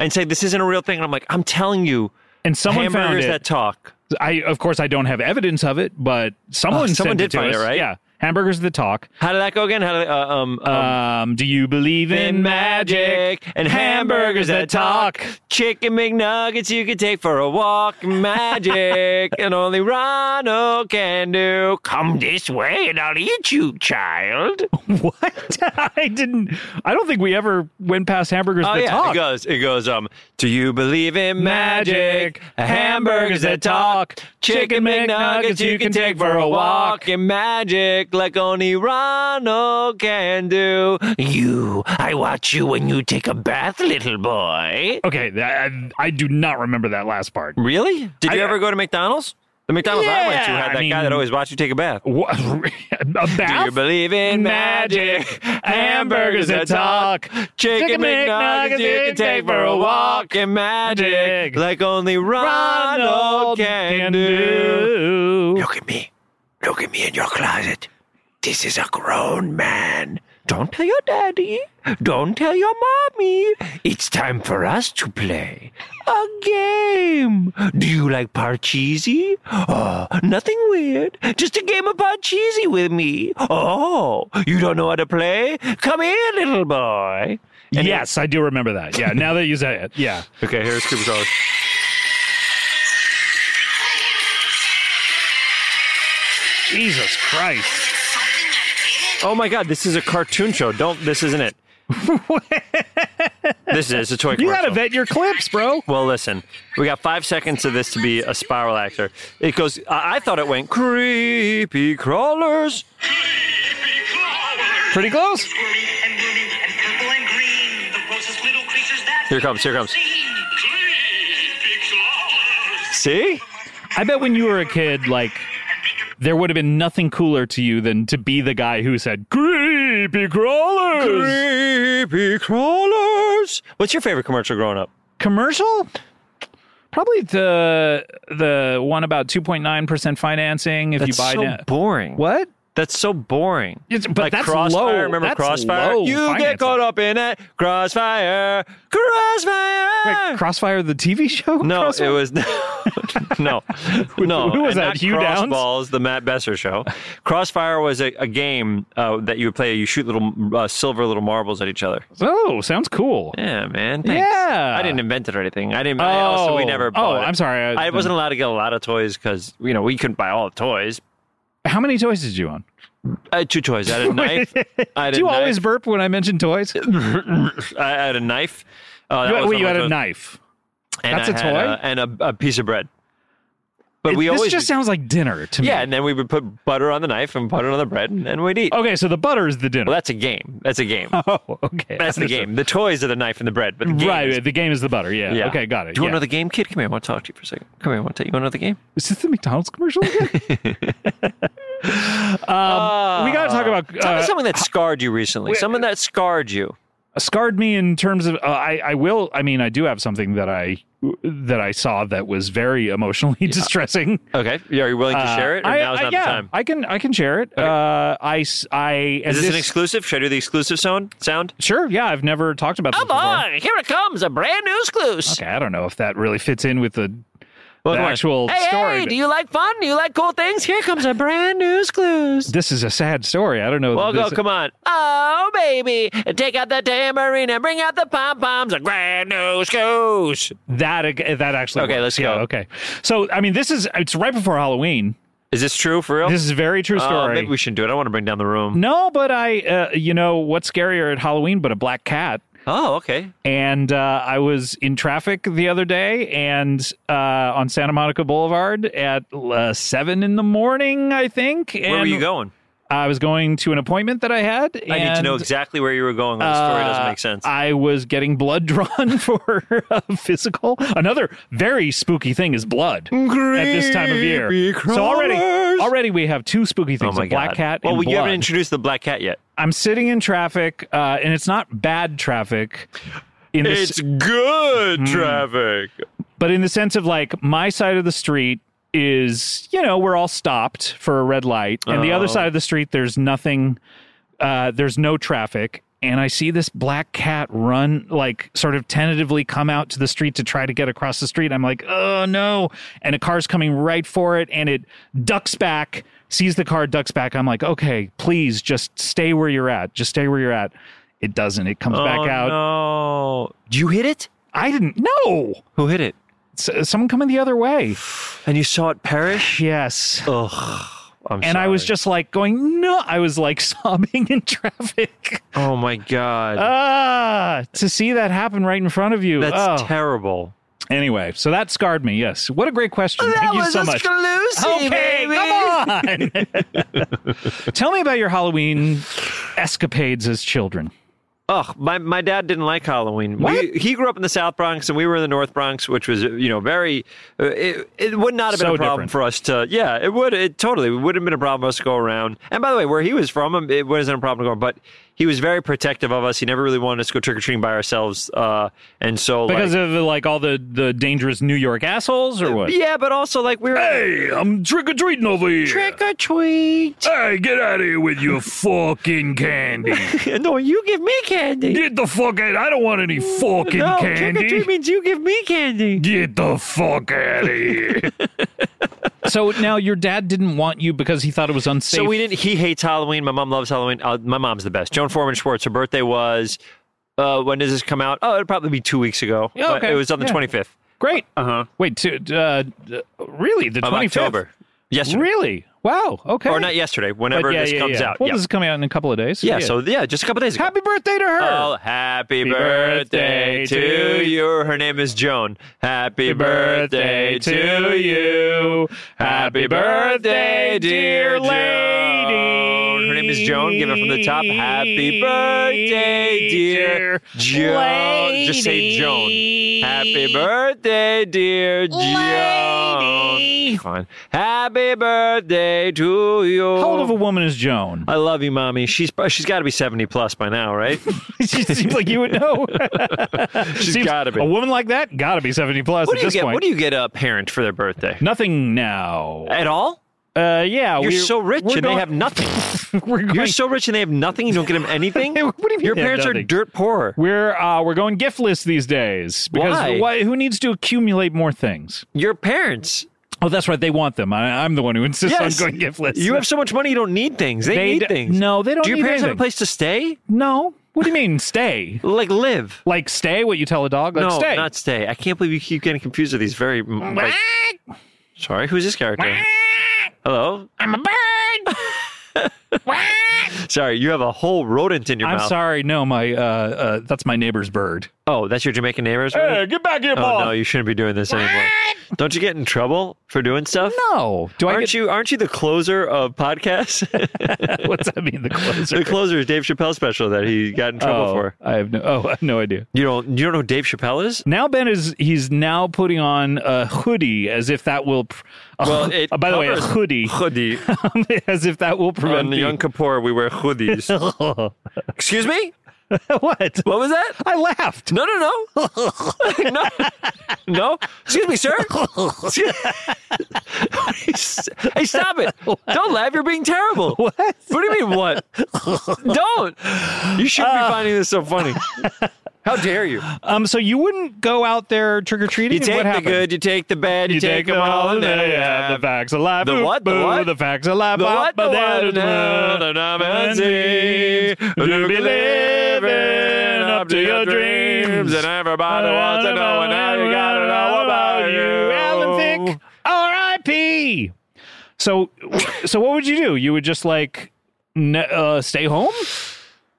and say this isn't a real thing. And I'm like, I'm telling you, and someone found hamburgers it. that talk. I, of course, I don't have evidence of it, but someone Oh, sent someone it did to find us. it, right? Yeah, hamburgers that talk. How did that go again? How did, uh, um, um, Um, do you believe in magic and hamburgers that talk. Chicken McNuggets you can take for a walk. Magic and only Ronald can do. Come this way and I'll eat you, child. What? I didn't. I don't think we ever went past hamburgers Oh that yeah, it talk. goes. It goes. Um, do you believe in magic? Hamburgers that talk, chicken McNuggets you can take for a walk, and magic like only Ronald can do. You, I watch you when you take a bath, little boy. Okay, that, I, I do not remember that last part. Really? Did you I- ever go to McDonald's? The McDonald's I went to Yeah, had I that mean- guy that always watched you take a bath. What? A Do you bath? believe in magic? Hamburgers that talk. Chicken McNuggets you can take for a walk. And magic like only Ronald can do. Look at me. Look at me in your closet. This is a grown man. Don't tell your daddy. Don't tell your mommy. It's time for us to play a game. Do you like Parcheesi? Oh, nothing weird. Just a game of Parcheesi with me. Oh, you don't know how to play? Come here, little boy. Yes, I do remember that. Yeah, now that you say it. Yeah. Okay, here's Cooper College. Jesus Christ. Oh my God, this is a cartoon show. Don't. This isn't it. this is a toy. You commercial. gotta vet your clips, bro. Well, listen, we got five seconds of this to be a spiral actor. It goes. I, I thought it went creepy crawlers. Pretty close. Squirty and Rudy and purple and green, the grossest little creatures that Here it comes. Here it comes. See? I bet when you were a kid, like, there would have been nothing cooler to you than to be the guy who said, Creepy crawlers. Creepy crawlers. What's your favorite commercial growing up? Commercial? Probably the the one about 2.9% financing if That's you buy so now. boring. What? That's so boring. It's- but like that's crossfire. low. Remember That's crossfire? low you financing. get caught up in that crossfire. Crossfire. Wait, Crossfire the TV show? No, it Crossfire? was no, no. who was and that, not Hugh Downs? Crossballs, the Matt Besser show. Crossfire was a, a game uh, that you would play. You shoot little uh, silver little marbles at each other. Oh, sounds cool. Yeah, man. thanks. Yeah. I didn't invent it or anything. I didn't. I also, we Oh. never. Oh, Bought it. I'm sorry. I- I, wasn't allowed to get a lot of toys because you know we couldn't buy all the toys. How many toys did you own? I had two toys. I had a knife. I had Do a you knife. always burp when I mention toys? You, I had a knife. Uh, that was one wait, of you my had a toys. knife. And That's I a had toy? and a, a piece of bread. But we this always just sounds like dinner to me. Yeah, and then we would put butter on the knife and butter on the bread, and then we'd eat. Okay, so the butter is the dinner. Well, that's a game. That's a game. oh, okay. That's the Understood. game. The toys are the knife and the bread, but the game Right, is- the game is the butter. Yeah. yeah. Okay, got it. Do you want yeah. to know the game, kid? Come here. I want to talk to you for a second. Come here. I want to. You want to know the game? Is this the McDonald's commercial again? we got to talk about Tell uh, me something that scarred you recently. Something that scarred you. scarred me in terms of uh, I I will I mean I do have something that I that I saw that was very emotionally distressing. Okay. Yeah, Are you willing to Uh, share it? Or I, now's I- not yeah, the time. I can I can share it. Uh, I s- I and Is this, an exclusive? Should I do the exclusive sound? Sound? Sure, yeah, I've never talked about this before. Here it comes. A brand new exclusive. Okay, I don't know if that really fits in with the, the come on. actual story. but you like fun? Do you like cool things? Here comes a brand new exclusive. this is a sad story. I don't know. Well, that go, this- come on. Oh, baby. Take out the tambourine and bring out the pom poms. A grand new shoes. that ag- that actually. Okay, works. let's Yeah, go. okay, so I mean, this is it's right before Halloween. Is this true for real? This is a very true Oh, story. maybe we should do it. I want to bring down the room. no, but I, uh, you know, what's scarier at Halloween but a black cat? Oh, okay. and uh, I was in traffic the other day and uh, on Santa Monica Boulevard at uh, seven in the morning, I think. Where and were you going? I was going to an appointment that I had. And, I need to know exactly where you were going. When the story doesn't uh, make sense. I was getting blood drawn for a physical. Another very spooky thing is blood at this time of year. Creepy So already, crawlers. already we have two spooky oh things: my a black god! cat well, and we you haven't blood. introduced the black cat yet. I'm sitting in traffic, uh, and it's not bad traffic. In this, It's Hmm. good traffic. but in the sense of like my side of the street is you know we're all stopped for a red light and the Oh. other side of the street there's nothing uh there's no traffic and i see this black cat run like sort of tentatively come out to the street to try to get across the street i'm like oh no and a car's coming right for it and it ducks back sees the car ducks back i'm like okay please just stay where you're at just stay where you're at it doesn't it comes Oh, back out No, Did you hit it? i didn't know Who hit it? S- someone coming the other way And you saw it perish? yes Ugh. I'm and I was sorry. just like going, no, I was like sobbing in traffic. Oh my god. Ah, to see that happen right in front of you. That's Oh. terrible. anyway, so that scarred me. Yes. What a great question. Thank you so much. Okay, come on. Tell me about your Halloween escapades as children. Ugh, my, my dad didn't like Halloween. What? We, he grew up in the South Bronx and we were in the North Bronx, which was, you know, very, uh, it, it would not have been So a problem different. for us to, yeah, it would, it totally, it would have been a problem for us to go around. And by the way, where he was from, um, it wasn't a problem to go, but he was very protective of us. He never really wanted us to go trick or treating by ourselves. Uh, and so, Because like, of like all the the dangerous New York assholes or what? yeah, but also like we were Hey, I'm trick or treating over here. trick or treat. Hey, get out of here with your fucking candy. no, you give me candy. Get the fuck out. I don't want any fucking no, trick or candy. treat means you give me candy. Get the fuck out of here. so now your dad didn't want you because he thought it was unsafe. So we didn't. He hates Halloween. My mom loves Halloween. Uh, my mom's the best. Joan Foreman Schwartz. Her birthday was. Uh, when does this come out? Oh, it'd probably be two weeks ago. Yeah, But okay. It was on the Yeah. twenty fifth Great. Uh huh. Wait, to, uh, really? The of 25th? October. Yesterday Really? Wow. Okay. or not yesterday? But Whenever yeah, this yeah, comes yeah. out. Well, yeah. this is coming out in a couple of days. yeah. So yeah, just a couple days ago. happy birthday to her. Oh, happy birthday birthday to to you. Her name is Joan. Happy birthday to you. Happy birthday, dear lady. Her name is Joan. Give it from the top. Happy birthday, dear Joan. Just say Joan. Happy birthday, dear Joan. Fine. Happy birthday to you. How old of a woman is Joan? I love you, mommy. She's she's got to be seventy plus by now, right? she seems like you would know. She's Seems- got to be. A woman like that got to be 70 plus What at do you this get? point. What do you get a parent for their birthday? Nothing now. At all? Uh, yeah, You're we're- so rich we're and going- they have nothing. we're going. You're so rich and they have nothing. You don't get them anything. What do you mean Your they have parents are nothing? dirt poor. we're uh, we're going giftless these days because Why? Who needs to accumulate more things? Your parents. Oh, that's right. They want them. I, I'm the one who insists Yes. on going giftless. You have so much money, you don't need things. They, They need d- things. no, they don't Do your need parents have anything. a place to stay? no. What do you mean stay? Like live? Like stay? What you tell a dog? Like no, stay. not stay. I can't believe you keep getting confused with these very. m- Like, sorry, who's this character? Hello. I'm a bird. sorry, you have a whole rodent in your I'm mouth. sorry. No, my uh, uh, that's my neighbor's bird. Oh, that's your Jamaican neighbors. rodent? get back here, Oh no, you shouldn't be doing this anymore. Don't you get in trouble for doing stuff? No. Do I Aren't get you aren't you the closer of podcasts? what's that mean? The closer. the closer is Dave Chappelle special that he got in trouble oh, for. I have no. Oh, I have no idea. You don't you don't know who Dave Chappelle is? Now Ben is he's now putting on a hoodie as if that will. Pr- Well, it Uh, by the way, a covers- hoodie. Hoodie. as if that will prevent On the Young Kapoor, we wear hoodies. Excuse me? what? What was that? I laughed. No, no, no. no. No. Excuse me, sir. Excuse- hey, stop it. Don't laugh. You're being terrible. What? What do you mean, what? Don't. You shouldn't be finding this so funny. How dare Uh, you? Um, so you wouldn't go out there trick or treating. You take what the happened? good, you take the bad, you, You take, them all. and yeah, then- yeah, the facts alive. The oop, what? The boo, what? The facts alive. The bop, what? The but that what? is Now what that I'm I at sea, do to be living up to your dreams, and everybody wants to know, and now you gotta know about you. Alan Thick, R.I.P. So, so what would you do? You would just like n- uh, stay home?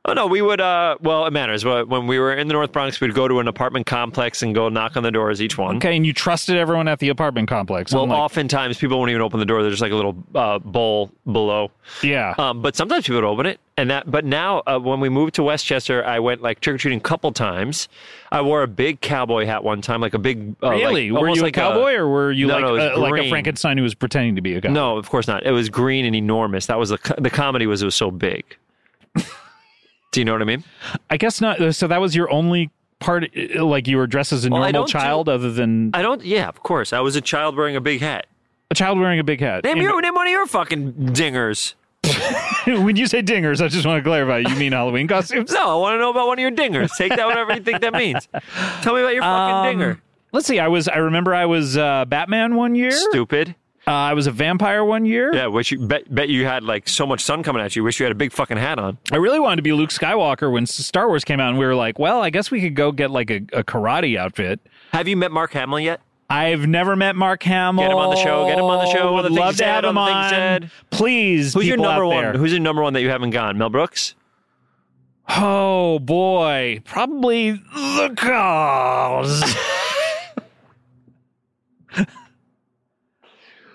Oh no, we would. Uh, well, it matters. But When we were in the North Bronx, we'd go to an apartment complex and go knock on the doors each one. Okay, and you trusted everyone at the apartment complex. Mm-hmm. Well, I'm like, oftentimes people won't even open the door. There's just like a little uh, bowl below. yeah. Um, but sometimes people would open it, and that. But now, uh, when we moved to Westchester, I went like trick or treating a couple times. I wore a big cowboy hat one time, like a big. Uh, like- really? were almost you like a cowboy, or were you No, like no, it was a, like a green. Frankenstein who was pretending to be a guy? No, of course not. It was green and enormous. That was the co- the comedy was it was so big. Do you know what I mean? I guess not. uh, So that was your only part. uh, Like you were dressed as a Well, I normal don't child, other than I don't. Yeah, of course. I was a child wearing a big hat. a child wearing a big hat. Name And- your name one of your fucking dingers. when you say dingers, I just want to clarify. You mean Halloween costumes? No, I want to know about one of your dingers. Take that whatever you think that means. Tell me about your fucking dinger. Let's see. I was. I remember I was uh, Batman one year. Stupid. Uh, I was a vampire one year. Yeah, wish you bet bet you had like so much sun coming at you. Wish you had a big fucking hat on. I really wanted to be Luke Skywalker when S- Star Wars came out, and we were like, well, I guess we could go get like a, a karate outfit. Have you met Mark Hamill yet? I've never met Mark Hamill. Get him on the show, get him on the show, all Would the things love he to said, have all him the things on. he said. Please, Who's your people number out one? there. Who's your number one that you haven't gone? Mel Brooks. Oh boy, probably the cause.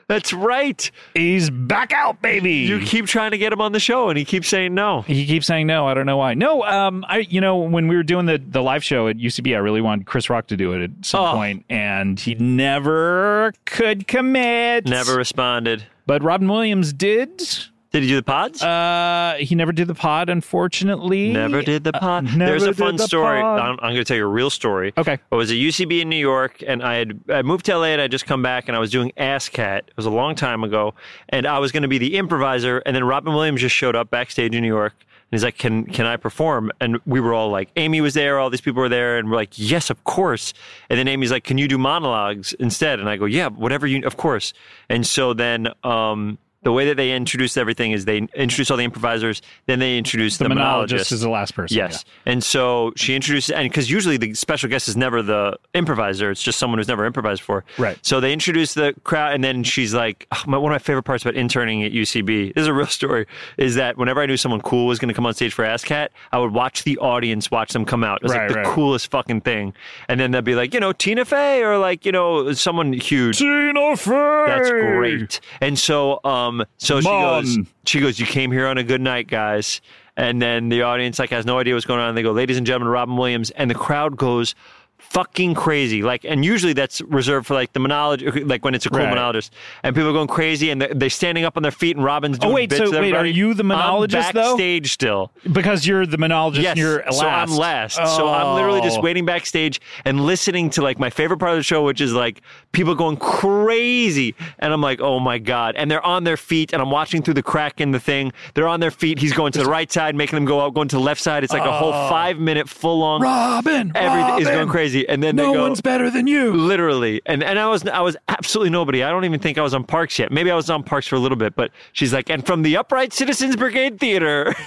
That's right. He's back out, baby. You keep trying to get him on the show, and he keeps saying no. he keeps saying no. I don't know why. No, um, I you know when we were doing the the live show at UCB, I really wanted Chris Rock to do it at some Oh. point, and he never could commit. Never responded. But Robin Williams did. Did he do the pods? Uh, he never did the pod, unfortunately. Never did the pod. Uh, never There's a did fun the story. pod. I'm, I'm going to tell you a real story. Okay. I was at UCB in New York, and I had I moved to LA, and I just come back, and I was doing Ass Cat. It was a long time ago, and I was going to be the improviser, and then Robin Williams just showed up backstage in New York. And he's like, can, can I perform? And we were all like, Amy was there, all these people were there. And we're like, yes, of course. And then Amy's like, can you do monologues instead? And I go, yeah, whatever you, of course. And so then um, the way that they introduce everything is they introduce all the improvisers, then they introduce the, The, monologists. monologist is the last person. Yes. And so she introduced, and because usually the special guest is never the improviser, it's just someone who's never improvised before. Right. So they introduced the crowd, and then she's like, oh, my, one of my favorite parts about interning at UCB, this is a real story, is that whenever I knew someone cool was going to come on stage for ASCAT, I would watch the audience watch them come out. It was Right, like the right. coolest fucking thing. And then they'd be like, you know, Tina Fey or like, you know, someone huge. Yeah. Tina Fey. That's great. And so, um, so she Mom. goes, she goes, you came here on a good night, guys. And then the audience like has no idea what's going on. They go, ladies and gentlemen, Robin Williams, and the crowd goes fucking crazy. Like, and usually that's reserved for like the monologist, like when it's a cool Right. monologist, and people are going crazy and they're, they're standing up on their feet, and Robin's doing. Oh, wait, bits so with wait, are everybody. you the I'm monologist, though? Backstage still. Because you're the monologist. Yes, And you're last. so I'm last. So I'm literally just Oh. waiting backstage and listening to like my favorite part of the show, which is like people going crazy, and I'm like, oh my god! And they're on their feet, and I'm watching through the crack in the thing. They're on their feet. He's going to the right side, making them go out, going to the left side. It's like a whole five minute full on. Oh. Robin. Everything is Robin, going crazy, and then No they go, one's better than you. Literally, and and I was I was absolutely nobody. I don't even think I was on Parks yet. Maybe I was on Parks for a little bit, but she's like, and from the Upright Citizens Brigade Theater.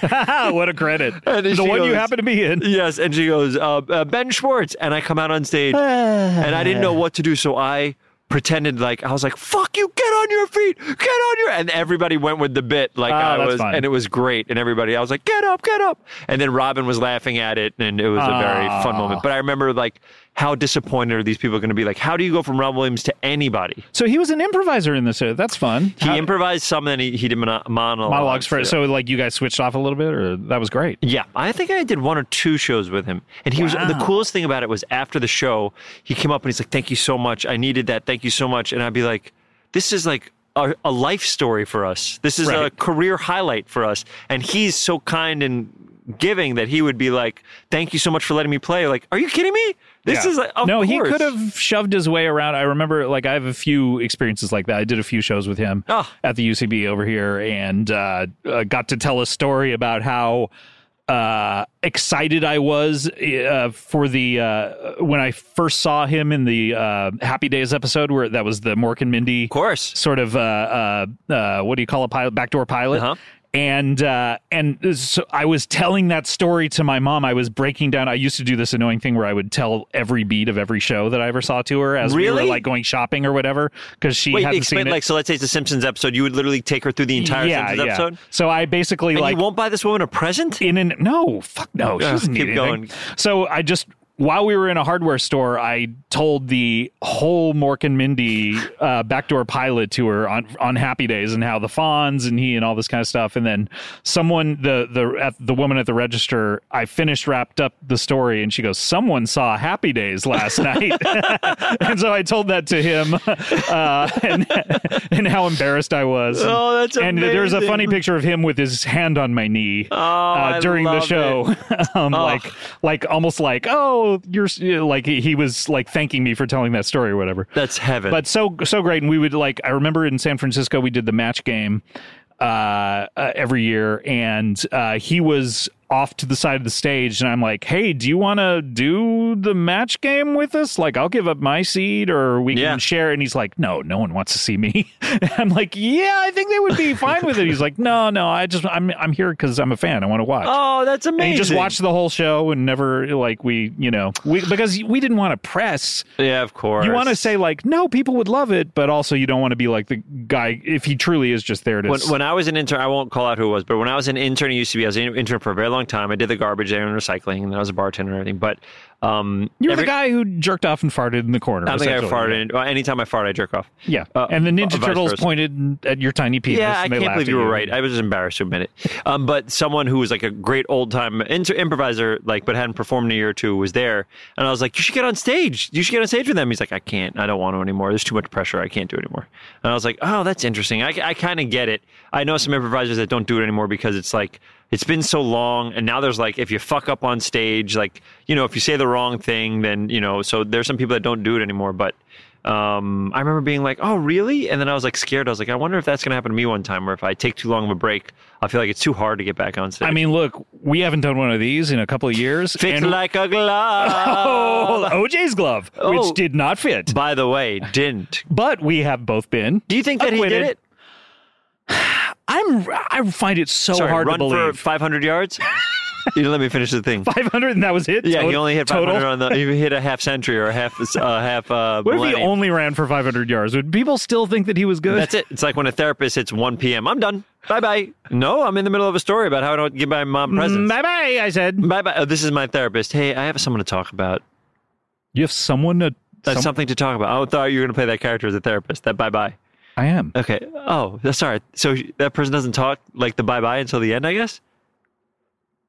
what a credit. And the she one you goes- happen to be in. Yes, and she goes, uh, uh, Ben Schwartz, and I come out on stage, and I didn't know what to do, so I pretended like I was like, "Fuck you, get on your feet, get on your," and everybody went with the bit, like Ah, I that's was, fun. and it was great, and everybody, I was like, "Get up, get up," and then Robin was laughing at it, and it was a very Ah. fun moment. But I remember like how disappointed are these people going to be? Like, how do you go from Rob Williams to anybody? So he was an improviser in this. uh, That's fun. He How- improvised something, and he, he did mono- monologues. monologues for Yeah. so like you guys switched off a little bit, or that was great. Yeah, I think I did one or two shows with him, and he was the coolest thing about it was after the show, he came up and he's like, "Thank you so much. I needed that. Thank you so much." And I'd be like, "This is like a, a life story for us. This is a Right. career highlight for us." And he's so kind and giving that he would be like, "Thank you so much for letting me play." Like, are you kidding me? This Yeah. is like, of no, he course. could have shoved his way around. I remember, like, I have a few experiences like that. I did a few shows with him Ah. at the UCB over here, and uh, uh, got to tell a story about how uh, excited I was uh, for the uh, when I first saw him in the uh, Happy Days episode, where that was the Mork and Mindy Of course. sort of uh, uh, uh, what do you call a pilot backdoor pilot Uh-huh. and uh, and so I was telling that story to my mom. I was breaking down. I used to do this annoying thing where I would tell every beat of every show that I ever saw to her as we Really? were like going shopping or whatever because she Wait, hadn't explain. seen it. Like, so let's say it's a Simpsons episode. You would literally take her through the entire Simpsons episode, So I basically and like you won't buy this woman a present. in an no fuck no she Ugh, doesn't need keep anything. going. so i just while we were in a hardware store i told the whole mork and mindy uh, backdoor pilot to her on on happy days and how the fawns and he and all this kind of stuff and then someone the the at the woman at the register i finished wrapped up the story and she goes someone saw happy days last night and so i told that to him uh, and, and how embarrassed i was Oh, that's and there's a amazing. funny picture of him with his hand on my knee Oh, I uh, during the love show, um, Oh. like like almost like oh you're s- you know, like he he was like thanking me for telling that story or whatever. That's heaven. But so so great, and we would like I remember in San Francisco we did the match game uh, uh every year and uh he was off to the side of the stage and I'm like, "Hey, do you want to do the match game with us? Like I'll give up my seat or we Yeah. can share." And he's like, "No, no one wants to see me." And I'm like, "Yeah, I think they would be fine with it." He's like, "No, no, I just I'm I'm here cuz I'm a fan. I want to watch." oh, that's amazing. And he just watched the whole show and never like we, you know, we because we didn't want to press Yeah, of course. you want to say like, no, people would love it, but also you don't want to be like the guy if he truly is just there to. When, when I was an intern, I won't call out who it was, but when I was an intern, it used to be I was an intern for a very long time. I did the garbage and recycling, and I was a bartender and everything. But um, you were every- the guy who jerked off and farted in the corner. I don't think I essentially. farted. Well, anytime I fart, I jerk off. Yeah, Uh, and the uh, Ninja vice Turtles versa. pointed at your tiny penis. Yeah, I and they can't laughed believe at you were right. I was embarrassed to admit it. Um, but someone who was like a great old time inter- improviser, like but hadn't performed in a year or two, was there, and I was like, "You should get on stage. You should get on stage with them." He's like, "I can't. I don't want to anymore. There's too much pressure. I can't do it anymore." And I was like, "Oh, that's interesting. I, I kind of get it. I know some improvisers that don't do it anymore because it's like." It's been so long, and now there's like if you fuck up on stage, like you know, if you say the wrong thing, then you know. So there's some people that don't do it anymore, but um, I remember being like, "Oh, really?" And then I was like scared. I was like, "I wonder if that's going to happen to me one time, or if I take too long of a break, I feel like it's too hard to get back on stage." I mean, look, we haven't done one of these in a couple of years. fits and- like a glove. Oh, OJ's glove, Oh. which did not fit, By the way, didn't. but we have both been. Do you think that he Acquitted. did it? I'm. I find it so Sorry, hard run to believe. for 500 yards. you didn't let me finish the thing. 500 and that was it. Yeah, Tot- he only hit 500 total? on the. He hit a half century or a half a half. Uh, What if he millennium. only ran for 500 yards? Would people still think that he was good? That's it. It's like when a therapist hits 1 p.m. I'm done. Bye bye. No, I'm in the middle of a story about how I don't give my mom presents. Bye bye, I said. Bye bye. Oh, this is my therapist. Hey, I have someone to talk about. You have someone to. That's some- something to talk about. Oh, I thought you were going to play that character as a therapist. That bye bye. I am. Okay. Oh, that's all right. So that person doesn't talk like the bye bye until the end, I guess.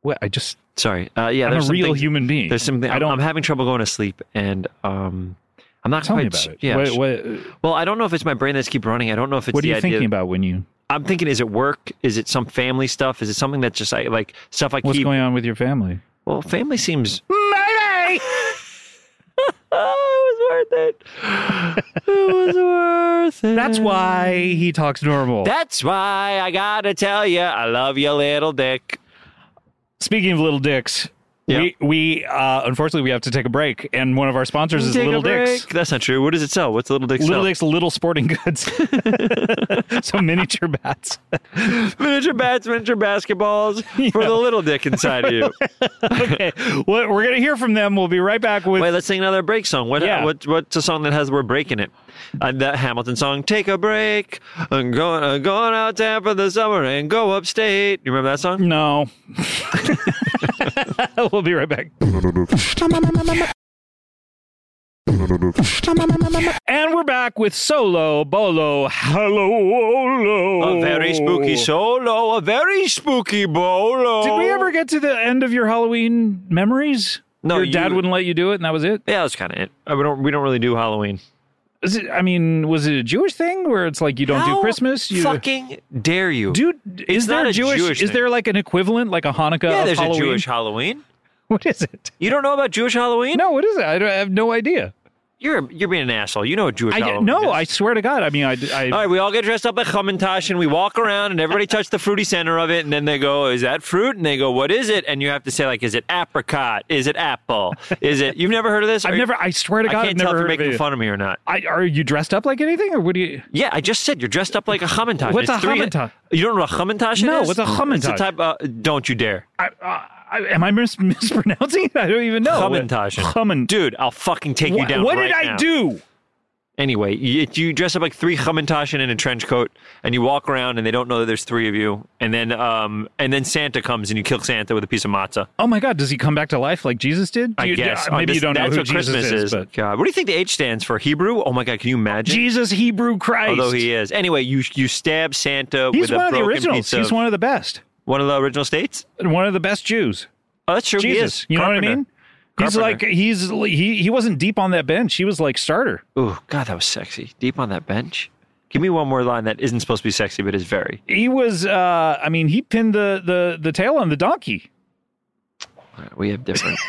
Wait, I just. Sorry. Uh, yeah. I'm a there's some real things- human being. There's something. I I'm, don't. I'm having trouble going to sleep, and um, I'm not tell quite. me about su- it. Yeah. What, sh- what, Well, I don't know if it's my brain that's keep running. I don't know if it's. what are the you idea- thinking about when you. I'm thinking: is it work? Is it some family stuff? Is it something that's just I, like stuff I What's keep? going on with your family? Well, family seems. Mayday! oh, it was worth it. It was worth it. That's why he talks normal. That's why I gotta tell you, I love you, little dick. Speaking of little dicks. Yeah. We, we uh, unfortunately we have to take a break, and one of our sponsors is Take a Little Dicks. break. That's not true. What does it sell? What's little dick Little sell? Dicks, Little Sporting Goods, so miniature bats. Miniature bats, miniature basketballs for the little dick inside of you. okay, well, we're gonna hear from them. We'll be right back with Wait, let's sing another break song. What? Yeah. What? What's a song that has the word break in it? Uh, that Hamilton song. Take a break. I'm going. I'm going out there for the summer and go upstate. You remember that song? No. we'll be right back. And we're back with Solo Bolo Hello A very spooky solo, a very spooky bolo. Did we ever get to the end of your Halloween memories? No, your you- dad wouldn't let you do it, and that was it? Yeah, that's kind of it. Uh, We don't. We don't really do Halloween. Is it? I mean, was it a Jewish thing where it's like you don't How do Christmas? You fucking dare you? do? Is there not a Jewish? Jewish is thing. there like an equivalent, like a Hanukkah? yeah, of there's Halloween? a Jewish Halloween. What is it? You don't know about Jewish Halloween? No, what is it? I, don't, I have no idea. You're you're being an asshole. You know what Jewish I, Halloween no, is. I swear to God. I mean, I. I All right, we all get dressed up like Chumintash and we walk around and everybody touch the fruity center of it and then they go, "Is that fruit?" and they go, "What is it?" and you have to say like, "Is it apricot? Is it apple? Is it?" You've never heard of this? Are I've you- never. I swear to I God, can't have tell never if heard you're of making it. fun of me or not. I, are you dressed up like anything, or what do you? Yeah, I just said you're dressed up like a Chumintash. What's It's a three- Chumintash? You don't know what a Chumintash No, is? what's a It's a Chumintash? type of, don't you dare. I, I, I, am I mis- mispronouncing it? I don't even know. Chumintash. Chumin- Dude, I'll fucking take you What, down what did right I now. do? Anyway, you, you dress up like three Chumintashen in a trench coat, and you walk around, and they don't know that there's three of you. And then, um, and then Santa comes, and you kill Santa with a piece of matzah. Oh my God! Does he come back to life like Jesus did? I You- guess uh, On maybe this- you don't know that's who what Jesus Christmas is. but God, what do you think the H stands for? Hebrew? Oh my God, can you imagine? Jesus, Hebrew Christ. Although he is. Anyway, you you stab Santa he's with one a of the broken originals. piece of He's one of the best. one of the original states. And One of the best Jews. Oh, that's true. he Jesus. is. You know what I Carpenter. mean? Carpenter. He's like he's he he wasn't deep on that bench. He was like starter. Ooh, God, that was sexy. Deep on that bench. Give me one more line that isn't supposed to be sexy, but is very. He was. uh I mean, he pinned the the the tail on the donkey. We have different.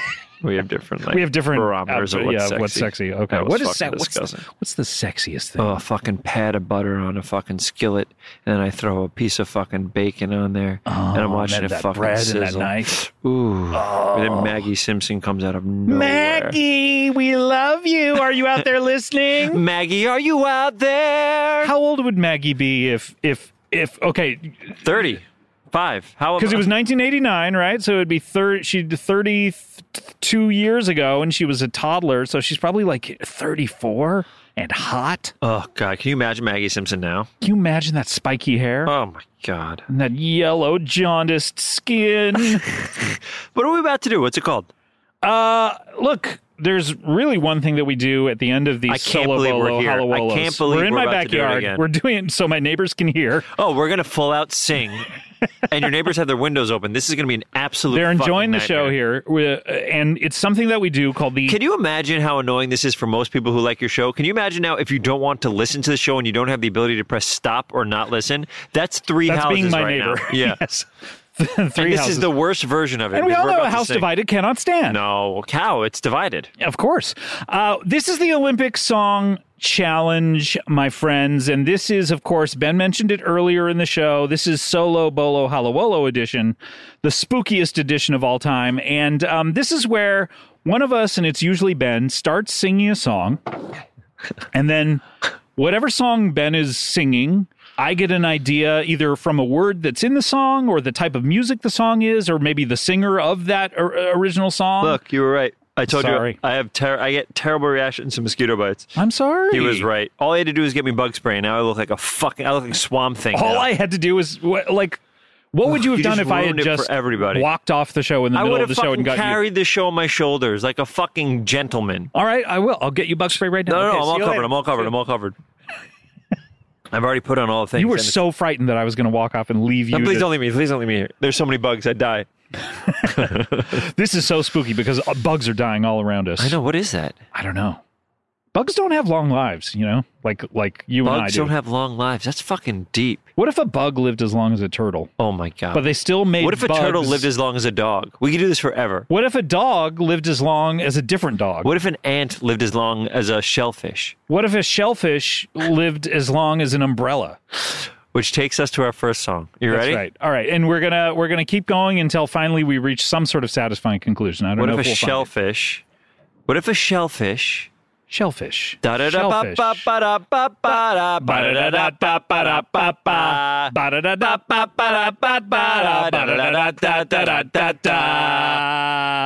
we have different. Like, we have different barometers of outfit- what's yeah, sexy. what's sexy. Okay, That was what is fucking se- what's, the, disgusting. what's the sexiest thing? Oh, a fucking pat of butter on a fucking skillet, and then I throw a piece of fucking bacon on there, and I'm Oh, watching and it that fucking bread sizzle. and that knife. Ooh, and then Maggie Simpson comes out of nowhere. Maggie, we love you. Are you out there listening? Maggie, are you out there? How old would Maggie be if if if okay? Thirty. Five. How Because it was 1989, right? So it'd be 30. She 32 years ago, and she was a toddler. So she's probably like 34 and hot. Oh God, can you imagine Maggie Simpson now? Can you imagine that spiky hair Oh my God. and that yellow jaundiced skin? What are we about to do? What's it called? uh, look. There's really one thing that we do at the end of these I can't solo believe we're bolo here. I Hallowolos. can't believe we're in we're my about to do it backyard. again. We're doing it so my neighbors can hear. Oh, we're gonna full out sing, and your neighbors have their windows open. This is gonna be an absolute. They're fucking enjoying the show nightmare. here, We- uh, and it's something that we do called the Can you imagine how annoying this is for most people who like your show? Can you imagine now if you don't want to listen to the show and you don't have the ability to press stop or not listen? That's three that's houses being my right neighbor. now. Yeah, yes. Three and this houses. is the worst version of it. And we because all we're know about a to house sing. divided cannot stand. No, cow, it's divided. Of course. Uh, this is the Olympic Song Challenge, my friends. And this is, of course, Ben mentioned it earlier in the show. This is Solo Bolo Halawolo edition, the spookiest edition of all time. And um, this is where one of us, and it's usually Ben, starts singing a song. And then whatever song Ben is singing, I get an idea either from a word that's in the song or the type of music the song is, or maybe the singer of that or- original song. Look, you were right. I told Sorry. you I have ter- I get terrible reactions to mosquito bites. I'm sorry. He was right. All he had to do was get me bug spray. and Now I look like a fucking. I look like swamp thing. All now. I had to do was wh- like, what would you have You done just if I had ruined it for just everybody. walked off the show in the I would middle of have the show fucking and got you? carried the show on my shoulders like a fucking gentleman. All right, I will. I'll get you bug spray right now. No, no, Okay, no I'm see all you covered. later. I'm all covered. I'm all covered. I've already put on all the things. You were and- so frightened that I was going to walk off and leave you. No, please to- don't leave me. Please don't leave me here. There's so many bugs. I die. This is so spooky because uh, bugs are dying all around us. I know. What is that? I don't know. Bugs don't have long lives, you know, like like you and I Bugs do. don't have long lives. That's fucking deep. what if a bug lived as long as a turtle, Oh my god. but they still made? what if a bugs- turtle lived as long as a dog? We could do this forever. What if a dog lived as long as a different dog? What if an ant lived as long as a shellfish? What if a shellfish lived as long as an umbrella? Which takes us to our first song. You That's ready? right. All right, and we're gonna we're gonna keep going until finally we reach some sort of satisfying conclusion. I don't What know if a if we'll find it. shellfish? What if a shellfish? shellfish. Da da da ba Shellfish. ba ba da ba ba da ba da da da ba ba da ba ba ba Ba-da-da-da. ba ba da ba ba da ba da da da da da da da.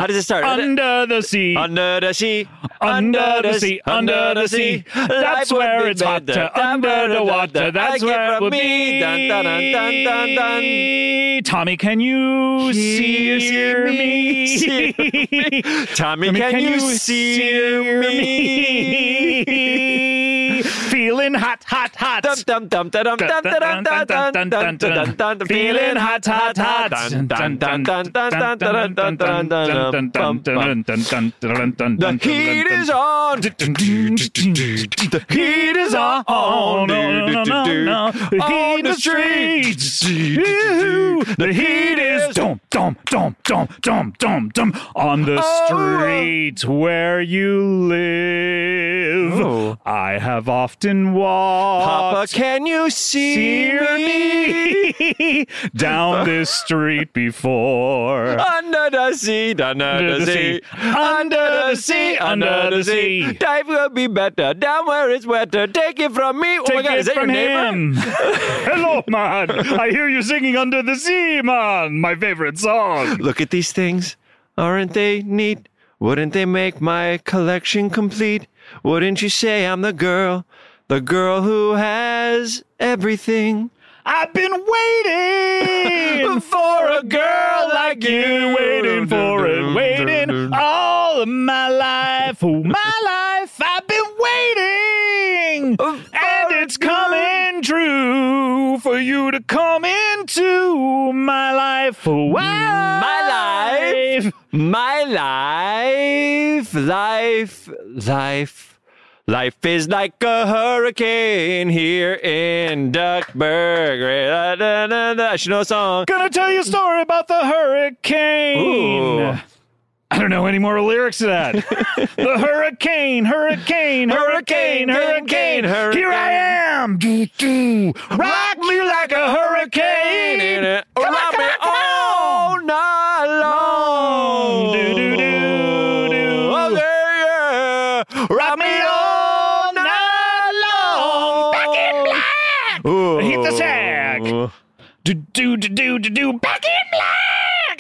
How does it start? Under the sea. Under the sea, Under the sea, under the sea. That's where it's hot to under the water. That's where it will be. Dun, dun, dun, dun, dun, dun. Tommy, can you Hear hear me? me? Tommy, can, you see me? Feeling hot, hot, hot, hot. Dun, dun, dun, dun, dun, dun, dun, dun, dun, dun, dun, dun, dun, dun. Feeling hot, hot, hot. Dun, dun, dun, dun, dun, dun, dun, dun, dun, dun, dun, dun, dun. The heat is on. The heat is on. Oh, no, no, no, no. The On heat the is streets. The The heat is dum dum dum dum dum dum dum on the Oh. street where you live. Oh. I have often walked. Papa, can you see Hear me? me down this street before. Under the sea, under the sea, under the sea, under the sea. Dive will be better down where it's wetter. Take it from me. oh my Take God, it is that your from neighbor? him. Hello, man. I hear you singing Under the Sea, man. My favorite song. Look at these things. Aren't they neat? Wouldn't they make my collection complete? Wouldn't you say I'm the girl, the girl who has everything? I've been waiting For a girl like you, waiting for it, waiting all of my life. Oh, my life, I've been waiting. And it's coming true for you to come into my life. Oh, My life. My life, life, life. Life is like a hurricane here in Duckburg. Da, da, da, da. I should know a song. Gonna tell you a story about the hurricane. Ooh. I don't know any more lyrics to that. the hurricane, hurricane, hurricane, Hurricane, hurricane, Here I am. Do, do. Rock me like a hurricane. Rock me all night long. Do, do, do, do. Oh, yeah, yeah. Rock me all night long. Ooh. Hit the sack. Do, do, do, do, do, do. Back in black.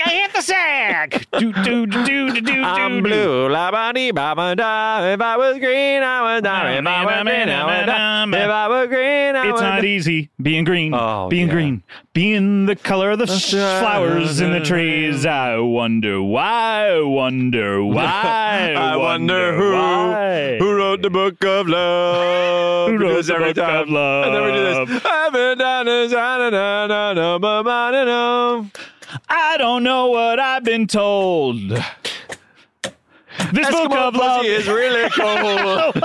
I hit the sack. do, do, do, do, do, do. I'm do. blue, la ba dee ba ba da. If I was green, I would die. If I was green, I would die. If I was green, I would It's die. not easy being green, Oh, being yeah. green, being the color of the sh- right. flowers in the trees. I wonder why, I wonder why, I wonder who why. who wrote the book of love. Who We do wrote this the every book time. of love? And then we do this. I've been down this- ah, na, na, na, na, ba, ba, na, na. I don't know what I've been told. This book Eskimo of love pussy is really cold.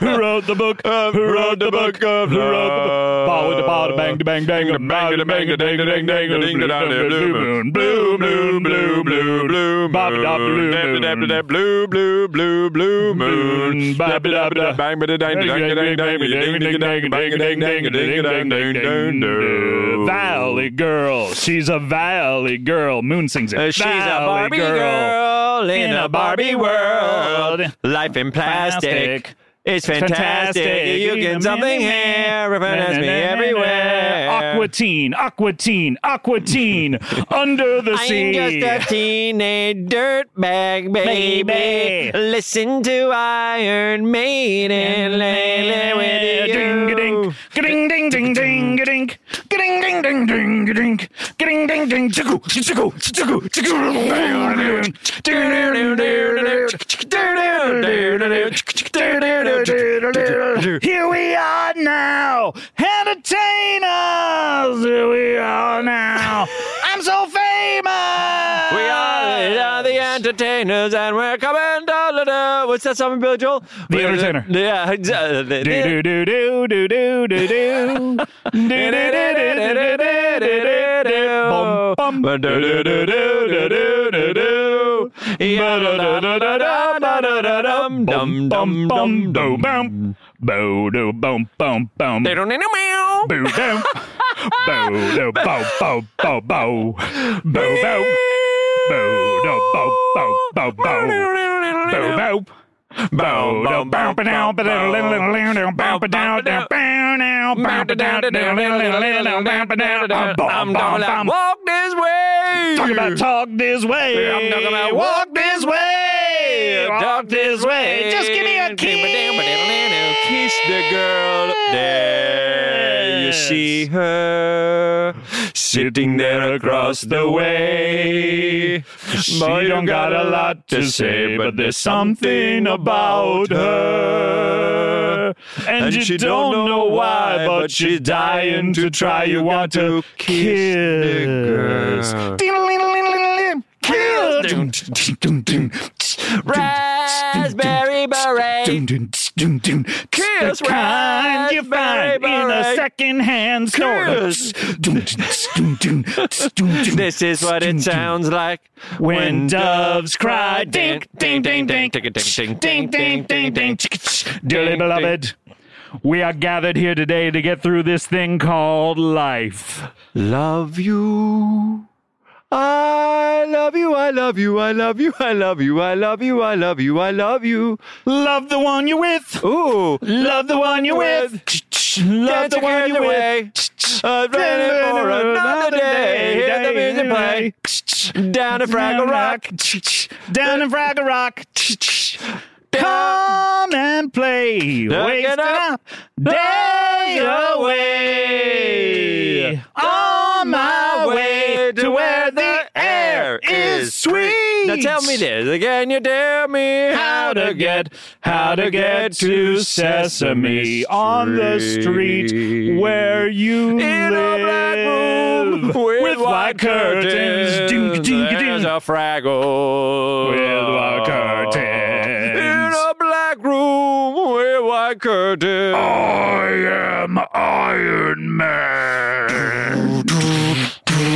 Who wrote the book? Who wrote the book? of Who wrote the book? Ball with the ball, the bang, the bang, bang, the bang, the bang, the dang, the dang, dang, the ding, the dang, the blue moon, blue moon, blue blue blue, bop, da, blue moon. Blue, blue, blue, blue moon. Valley girl, she's a valley girl. Moon sings it. Uh, She's a Valley Barbie girl, in a Barbie world. Life in plastic. Plastic. It's fantastic. Fantastic. You get something here. Everyone has me everywhere. Aqua teen, aqua teen, aqua teen, under the I'm sea. just a teenage dirtbag baby. Baby. Listen to Iron Maiden lately with you. Ding-a-ding. Ga-ding, ding, ding, ding, ga-ding. Ga-ding, ding, ding, ding, ga-ding. Ga-ding, ding, ding, chickoo, chickoo, chickoo, chickoo. Here we are now, entertainers. Here we are now. I'm so famous. We are, we are the entertainers, and we're coming. Da, da, da. What's that song, Bill Joel? The We're Entertainer. The, yeah. exa- the- do do do do do do do do do Bum, bum. Bum, bum, bum, do, bum. Bo, do, bum, bum, bum. Bo, do, Bo, do, bo, bo, bo, bo. Bo, bo. Bo, do, bo, bo, bo, bo. Bo, bo. Bo, do, bum, ba, down, ba, down, little, little, little, down, bum, ba, down, down, bum, down, bum, ba, down, down, little, little, little, down, bum, ba, down, down, bum, I'm talking bum, about bum. walk this way. Talk about talk this way. I'm talking about walk this way. Walk this way. Just give me a kiss. Kiss the girl. There you see her sitting there across the way. She Boy, you don't got a lot to say, but there's something about her. And you don't know why, but she's dying to try. You want to kiss the kiss. girl. Raspberry beret. Kiss the kind you find in a raspberry secondhand store. Kiss. This is what it sounds like When doves cry, dink, Ding, ding, ding, ding, ding, ding, ding, ding, ding, ding, dearly ding. beloved. We are gathered here today to get through this thing called life. Love you. I love you. I love you. I love you. I love you. I love you. I love you. I love you. Love the one you're with. Ooh. Love the one you're with. Love That's the one you're with. away. I'm ready for another day. Hear the music play. Down at Fraggle Rock. Down in Fraggle Rock. Come and play. Knock it Waste up. up. Day away. away. On my way to where the air is sweet. Now tell me this again. You dare me How to get, how to get to Sesame on the street where you In a live black room with, white curtains. Ding, ding, There's ding. a Fraggle. With white curtains. In a black room with white curtains. Oh. I am Iron Man.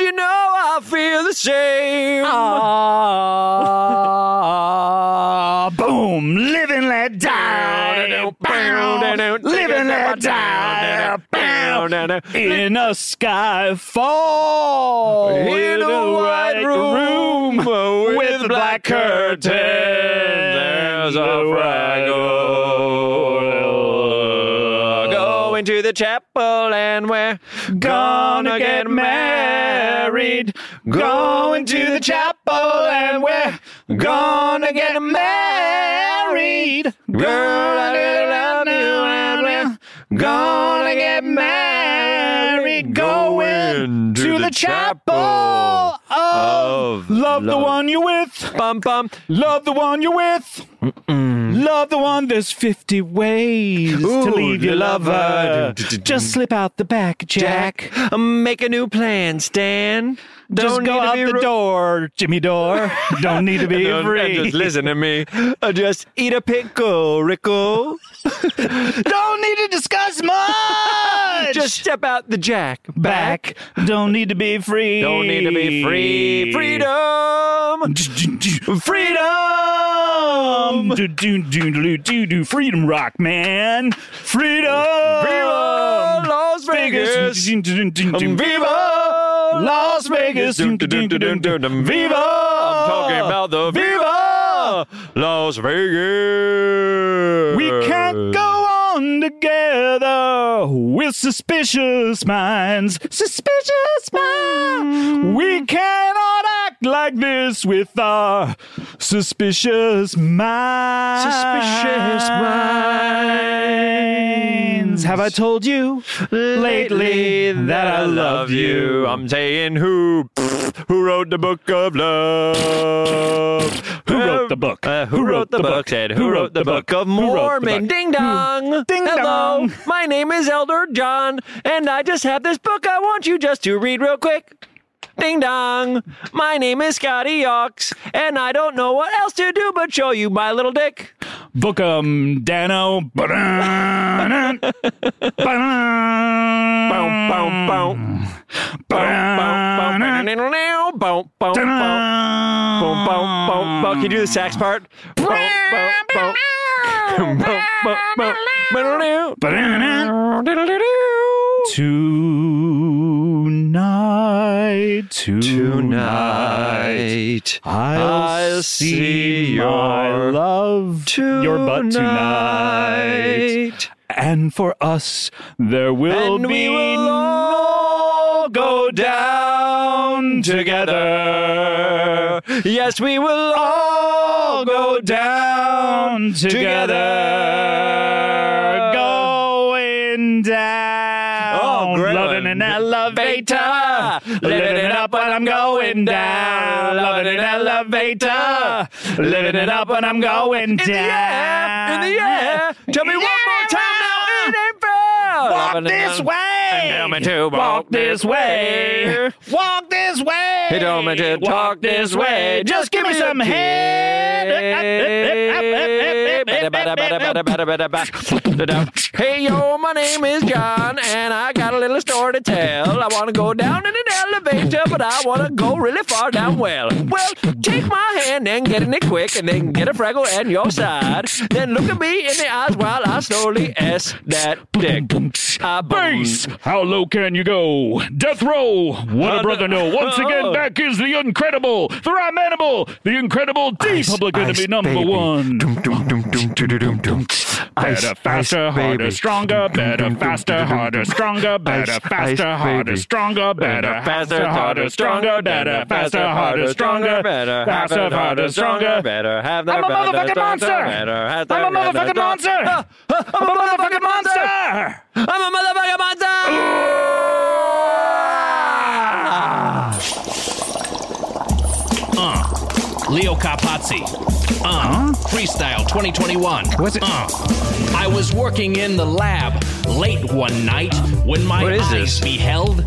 you know I feel the same? Ah, boom! Live and let die. Bow. Live and let die. Bow. In a sky fall. In a white room, with a black curtain. there's a fraggle. Going to the chapel and we're Gonna get married. Going to the chapel and we're gonna get married. Girl, I do love you and we're Gonna get married. Going to the chapel of of love the one you're with. Bum bum. Love the one you're with. Love the one. There's 50 ways to Ooh, leave your lover. lover. Just slip out the back, Jack. Jack, make a new plan, Stan. Just go out the door, Jimmy Door. Don't need to be free. Just listen to me. Uh, Just eat a pickle, Rickle. Don't need to discuss much. Just step out the jack. back. Don't need to be free. Don't need to be free. Freedom. Freedom. Do do do do do do. Freedom rock, man. Freedom. Viva Las Vegas. Um, Vegas. Viva. Las Vegas. Dum, dum, dum, dum, dum, dum. Viva. I'm talking about the Viva Las Vegas. We can't go on together with suspicious minds. Suspicious minds. We cannot act like this with our suspicious minds. Suspicious minds. Have I told you lately that I love you? I'm saying who? Who wrote the book of love? Who wrote the book? Uh, who, wrote, the book? Said who wrote the book of Who wrote the Mormon? book? Ding dong. Ding Hello, dong. my name is Elder John, and I just have this book I want you just to read real quick. Ding dong. My name is Scotty Yawks, and I don't know what else to do but show you my little dick. Book 'em, Dano. Ba-dun, ba-dun. Boom, boom, boom. Boom, boom, boom. Boom, boom, boom. Boom, boom, boom, boom. Can you do the sax part? Boom, boom, boom. Boom, boom, boom. Tonight tonight, tonight, Tonight. I'll, I'll see see your your love, your butt tonight. tonight. And for us, there will And be we will all go down together. Yes, we will all go down down together. together. Going down. Oh, great Loving one. an elevator. Elevator. Living it up when I'm going down. Loving an elevator. Living it up when I'm going In the air, down. in the air. Tell me one more time now, it ain't fair. Walk Loving it this down. way. tell me to walk walk this this way. way. Walk this way. He told me to talk this way. Just give me some head. Hey yo, my name is John, and I got a little story to tell. I wanna go down in an elevator, but I wanna go really far down. Well, well, take my hand and get in it quick, and then get a fraggle and your side. Then look at me in the eyes while I slowly s that dick. I boom. Base! How low can you go? Death row! What a brother no! Once again, oh. back is the incredible, the rhyme animal, the incredible D public enemy number one. Better, faster, harder, stronger, better, faster, harder, stronger, better, faster, harder, stronger, better, faster, harder, stronger, better, faster, harder, stronger, better, faster, harder, stronger, better, have I'm a motherfucking monster! I'm a motherfucking monster! I'm a motherfucking monster! I'm a motherfucking monster! Uh. Leo Capazzi. Uh, Freestyle 2021. What's it- Uh, I was working in the lab late one night when my What is eyes this? beheld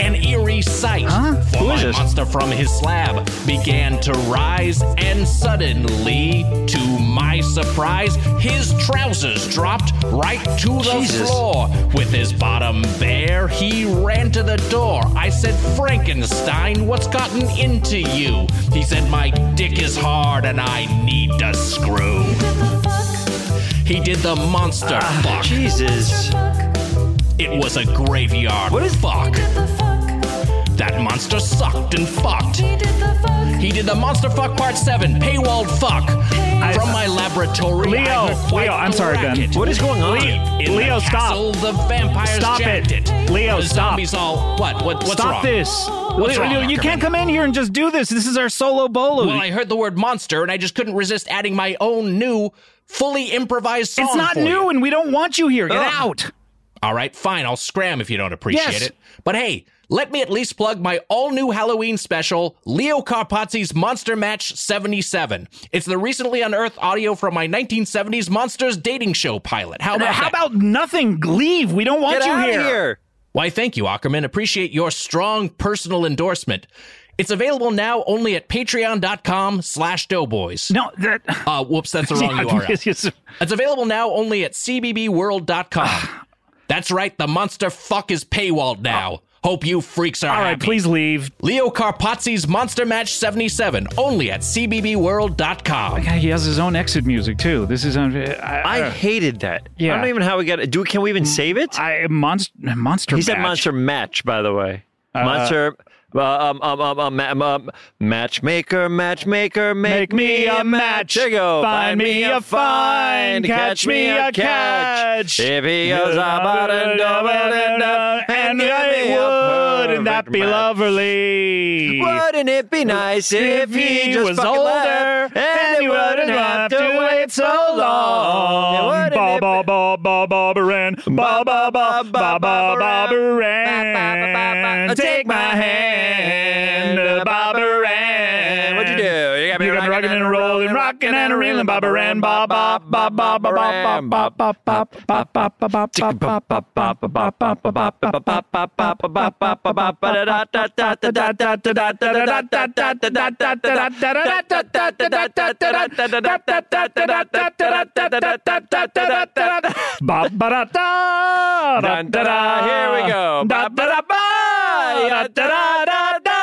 an eerie sight. For Who my is this? monster from his slab began to rise, and suddenly, to my surprise, his trousers dropped right to the Jesus. floor. With his bottom bare, he ran to the door. I said, Frankenstein, what's gotten into you? He said, My dick is hard and I need to screw. He did the monster fuck. Jesus. It was a graveyard. What is fuck? That monster sucked and fucked. He did the monster fuck part seven, paywalled fuck. From my laboratory, Leo, I heard quite Leo, I'm the sorry, Ben. racket. What is going on? In the Leo, stop. castle, The vampires Stop jacked it. Leo, The stop. Zombies all what? What? What's Stop wrong? this! What's Leo, Leo, wrong, you Ackerman? can't come in here and just do this. This is our solo bolo. Well, I heard the word monster, and I just couldn't resist adding my own new, fully improvised song. it's not for new, you. and we don't want you here. Get out. All right, fine. I'll scram if you don't appreciate Yes. it. But hey, let me at least plug my all new Halloween special, Leo Carpazzi's Monster Match 77. It's the recently unearthed audio from my 1970s Monsters dating show pilot. How about Uh, How that? about nothing? Leave. We don't want Get you out here. of here. Why, thank you, Ackerman. Appreciate your strong personal endorsement. It's available now only at patreon.com slash doughboys. No, that. Uh, whoops, that's the wrong URL. Yes, yes. It's available now only at cbbworld.com. That's right, the monster fuck is paywalled now. Hope you freaks Oh. are All right, happy. please leave. Leo Carpazzi's Monster Match 77, only at God, cbbworld.com. he has his own exit music too. This is un- I, I hated that. Yeah. I don't even know how we got it. Do can we even save it? I, monster monster. He said match. uh, monster match, by the way. Monster. Uh, um, um, um, um, um, um, matchmaker, matchmaker, make, Make me a match. There you go. Find me a find. Catch me a catch. If he goes up, out and double and up, and and give me a I would, and that perfect be match. lovely. Wouldn't it be nice if he just was fucking older left, and he wouldn't have to wait so long? Wouldn't Ba it ba ba ba ba baran, ba ba ba ba ba ba baran. Take my hand, ba baran. What'd you do? You got me You've been rocking and rolling, rocking and a reeling, ba baran, ba ba ba ba ba ba ba ba ba ba ba ba ba ba ba ba ba ba ba ba ba ba Dun, da, da, Here we go. Ba, ba, da, ba. Ya, da, da, da, da.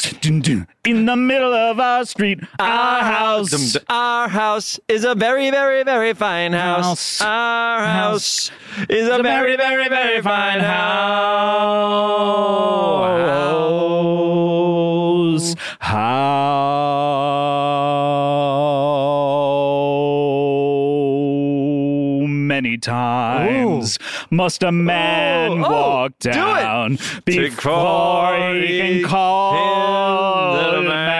in the middle of our street. Ah, Our house. Our house is a very, very, very fine house. House. Our house is a a very, very, very, very fine house. House. How many times must a man Oh, oh, walk do it. down before he can call him the a man. man?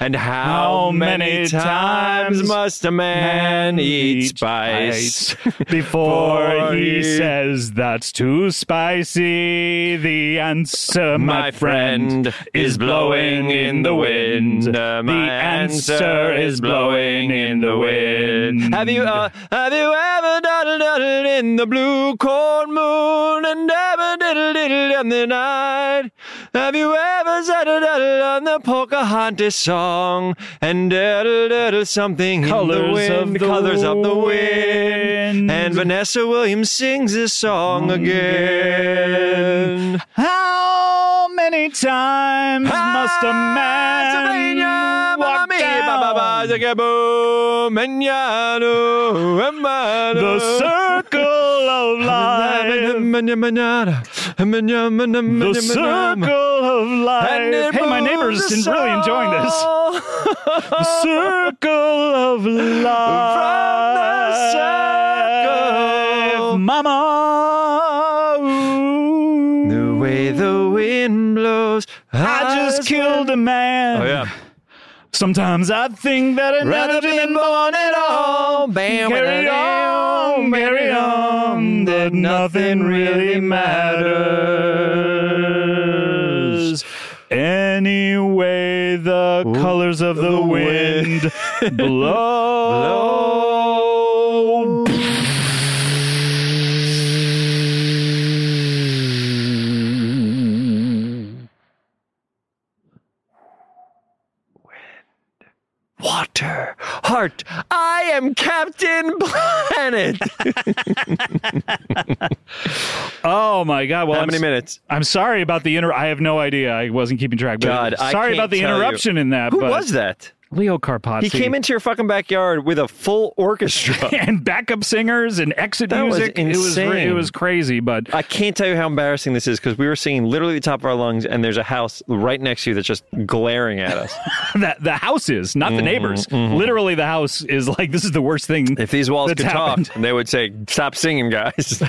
And how, How many, many times times must a man eat spice? before he- he says that's too spicy. The answer, my, My friend, is blowing in the wind. Uh, the my answer is blowing in the wind. Have you uh, have you ever done it in the blue cold moon and ever diddle diddle in the night? Have you ever said it on the Pocahontas song and diddle diddle something in the Colors wind? of the colors of the wind. wind. And Vanessa Williams sings this song again. How many times must a Pennsylvania, man Mamma walk Mia, Ba, ba, ba, down Zagabo, Magnano, Amano. the circle of life? Mania, mania, mania, mania, The mania, circle mania. of And life. it Hey, my moves neighbor's the really enjoying this. soul The circle of life. circle. Mama. ooh. The way the wind blows. I just killed a man. Oh, yeah. Sometimes I think that I'd rather be than born at all. Bam, carry on, carry on, that nothing really matters. Anyway, the colors of the wind blow. Blow. Water, heart, I am Captain Planet. Oh my God! Well, How I'm many s- minutes? I'm sorry about the inter. I have no idea. I wasn't keeping track. But God, I sorry can't about the tell you. interruption in that. Who but was that? Leo Carpazzi. He came into your fucking backyard with a full orchestra. and backup singers and exit That was music. It was re- insane. it was crazy, but I can't tell you how embarrassing this is because we were singing literally at the top of our lungs, and there's a house right next to you that's just glaring at us. that the house is, not the Mm-hmm, neighbors. Literally, the house is like this is the worst thing. If these walls That's could happened. talk, they would say, "Stop singing, guys."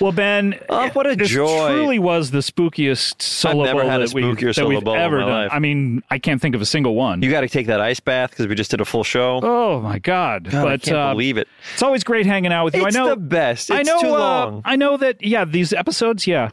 well, Ben, Oh, what a this joy. truly was the spookiest solo never bowl had a that, we, spookier that solo we've bowl in ever my done. life. I mean, I can't think of a single one. you got to take that ice bath because we just did a full show. oh my God! God, but I can't uh, believe it. it's always great hanging out with you. It's I know the best. It's I know. too uh, long. I know that. Yeah, these episodes. Yeah.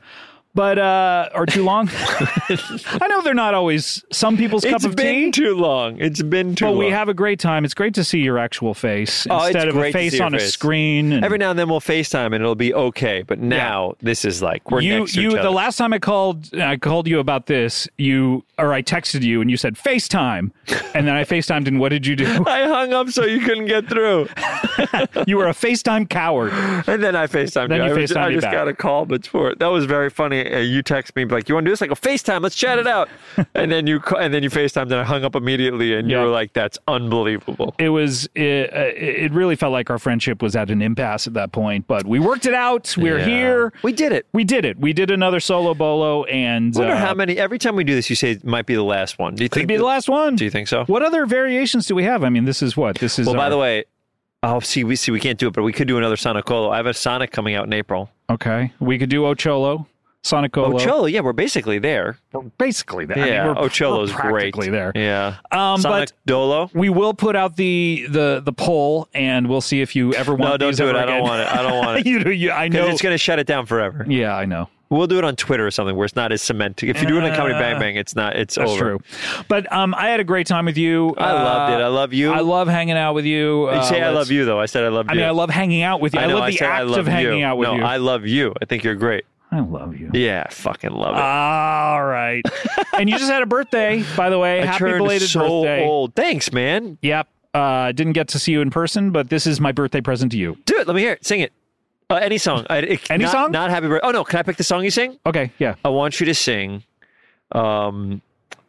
But uh, are too long. I know they're not always some people's It's cup of been tea. too long. It's been too But long. we have a great time. It's great to see your actual face Oh, it's instead of great a to see face your on a face. screen. and- Every now and then we'll FaceTime and it'll be okay. But now this is like we're you, next to you. each other. The last time I called, I called you about this. You or I texted you, and you said FaceTime, and then I FaceTimed, and what did you do? I hung up so you couldn't get through, You were a FaceTime coward. and then I FaceTime. Then you. you I, was- FaceTimed I me just back. got a call before. That was very funny. Uh, you text me like, "You want to do this?" I go, "FaceTime. Let's chat it out." and then you ca- and then you FaceTimed, and I hung up immediately. And Yeah. you were like, "That's unbelievable." It was. It, uh, it really felt like our friendship was at an impasse at that point, but we worked it out. We're Yeah. here. We did it. We did it. We did another solo bolo, and I wonder uh, how many. Every time we do this, you say it might be the last one. Do you could think be the last one. Do you think so? What other variations do we have? I mean, this is what this is. Well, by our- the way, oh, see, we see we can't do it, but we could do another Sonic Colo. I have a Sonic coming out in April. okay, we could do Ocholo, Sonicolo. Oh, Cholo, yeah, we're basically there. We're basically there. yeah, I mean, we're, Ocholo's we're great. practically there. Yeah, Um, Sonic but Dolo. we will put out the the the poll, and we'll see if you ever want. No, don't these do it. ever I don't again. want it. I don't want it. you, do- you, I know. Because it's going to shut it down forever. yeah, I know. We'll do it on Twitter or something where it's not as cemented. If you do it on Comedy Bang Bang, it's not. It's That's over. true. But um, I had a great time with you. I loved it. I Uh, love you. I love hanging out with you. you Uh, say I let's- love you though. I said I love I you. mean, I love hanging out with you. I, know, love the said act of hanging out with no, you. I love you. I think you're great. I love you. Yeah, I fucking love it. Uh, All right. and you just had a birthday, by the way. I Happy turned belated so birthday. old. Thanks, man. Yep. Uh, didn't get to see you in person, but this is my birthday present to you. Do it. Let me hear it. Sing it. Uh, any song. I, it- Any not- song? Not happy birthday. Oh no, can I pick the song you sing? Okay. Yeah. I want you to sing um,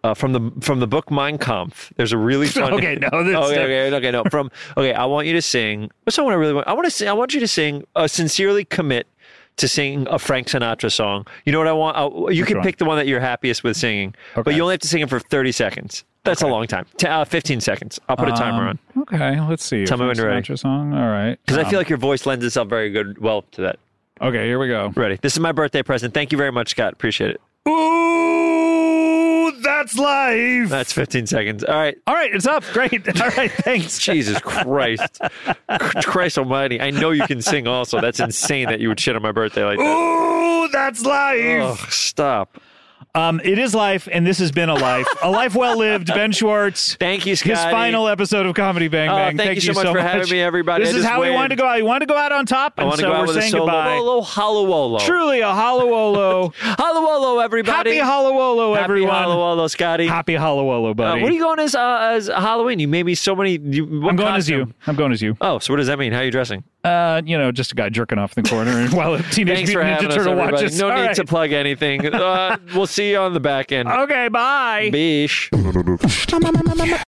uh, from the from the book Mein Kampf. There's a really fun. Okay, no, this- okay, okay, okay, no. From okay, I want you to sing. What's the one I really want? I want to sing. I want you to sing. Uh, sincerely commit to sing a Frank Sinatra song. You know what I want? I, you can one? pick the one that you're happiest with singing, but Okay. you only have to sing it for 30 seconds. That's a long time. T- uh, 15 seconds. I'll put a Um, timer on Okay. Let's see. Tell me when you're ready. Sinatra song. All right. because I feel like your voice lends itself very good well to that. Okay. Here we go. Ready? This is my birthday present. Thank you very much, Scott. Appreciate it. Ooh, that's life. That's 15 seconds. All right. All right. It's up. Great. All right. Thanks. Jesus Christ. Christ almighty. I know you can sing also. That's insane that you would shit on my birthday like that. Ooh, that's life. Ugh, stop. Um, it is life, and this has been a life, a life well lived. Ben Schwartz. Thank you, Scotty. His final episode of Comedy Bang Oh, Bang. thank you so much for having me, everybody. This I is just how we win. wanted to go out. You wanted to go out on top, I and want to so go out we're with a saying solo goodbye. Wolo Hollow Truly a Hollowolo. Hollow everybody. Happy Hollowolo, Happy everyone. Hollowolo, Scotty. Happy Hollowolo, Uh, buddy. what are you going as uh, as Halloween? You made me so many. You, what I'm going as costume? you. I'm going as you. Oh, so what does that mean? How are you dressing? Uh, you know, just a guy jerking off in the corner and while a teenage Thanks for Mutant having Ninja us, Turtle everybody. watches. No All need right. to plug anything. Uh, we'll see you on the back end. Okay, bye. Bish. Bang, bang, bang, bang.